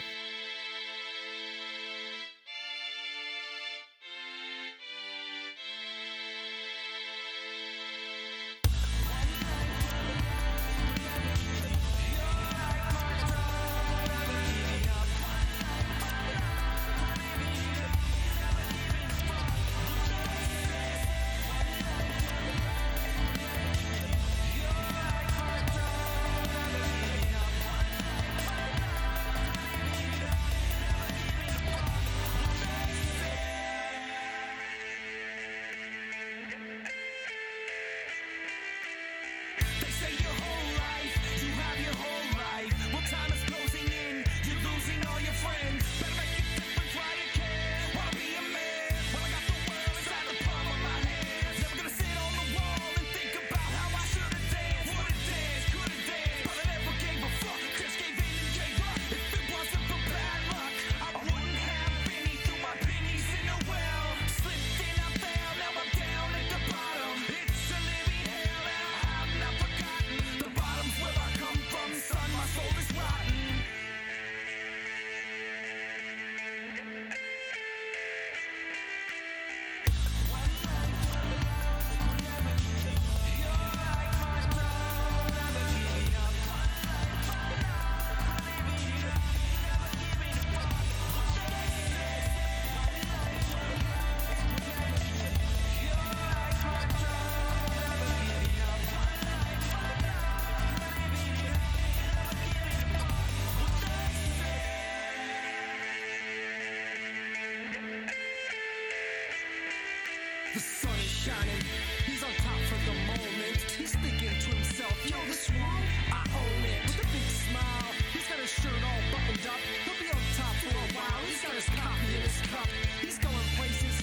The sun is shining, he's on top for the moment. He's thinking to himself, yo, this wrong, I own it. With a big smile, he's got his shirt all buttoned up. He'll be on top for a while. He's got his coffee in his cup. He's going places,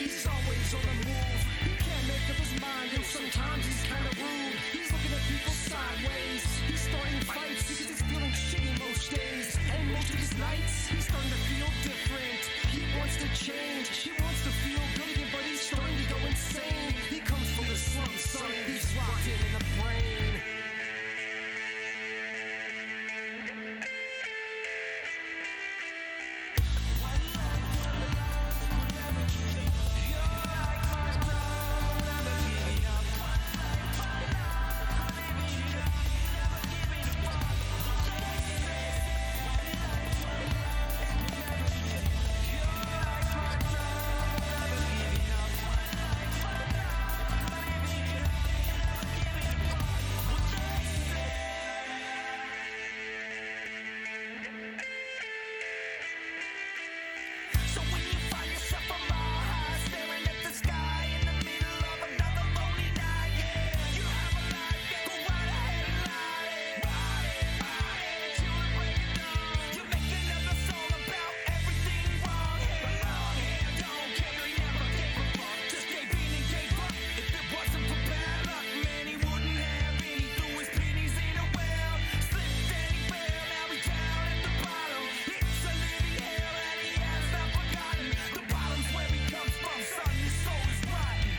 he's always on the move. He can't make up his mind, and sometimes he's kinda rude. He's looking at people sideways. He's starting fights, he's just feeling shitty most days. And most of his nights, he's starting to feel different. He wants to change, he wants to feel good again, but he's starting to go insane. He comes from the slums, son, he's locked in in the brain. So when you find yourself a mile high, staring at the sky in the middle of another lonely night, yeah, you have a life, yeah, go right ahead and light it, light it, light it, till the break of dawn. You make another song about everything wrong here, wrong here. Don't care, he never gave a fuck, just gave in and gave up. If it wasn't for bad luck, man, he wouldn't have any. Threw his pennies in a well, slipped and he fell. Now he's down at the bottom. It's a living hell, and he has not forgotten. The bottom's where he comes from, son. His soul is rotten.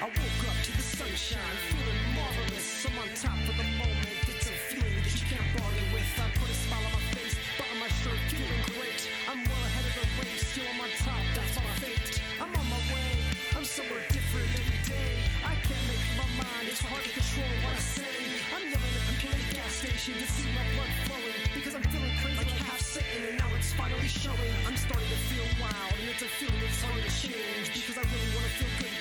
I woke up to the sunshine, feeling marvelous. I'm on top of the moment. It's a feeling that you can't bargain with. I put a smile on my face, button my shirt, feeling great. I'm well ahead of the race, still I'm on top, that's my fate. I'm on my way, I'm somewhere different every day. I can't make up my mind, it's hard to control what I say. I'm yelling at the play gas station to see my blood flowing because I'm feeling crazy, like half sitting in showing. I'm starting to feel wild, and it's a feeling that's hard to change because I really want to feel good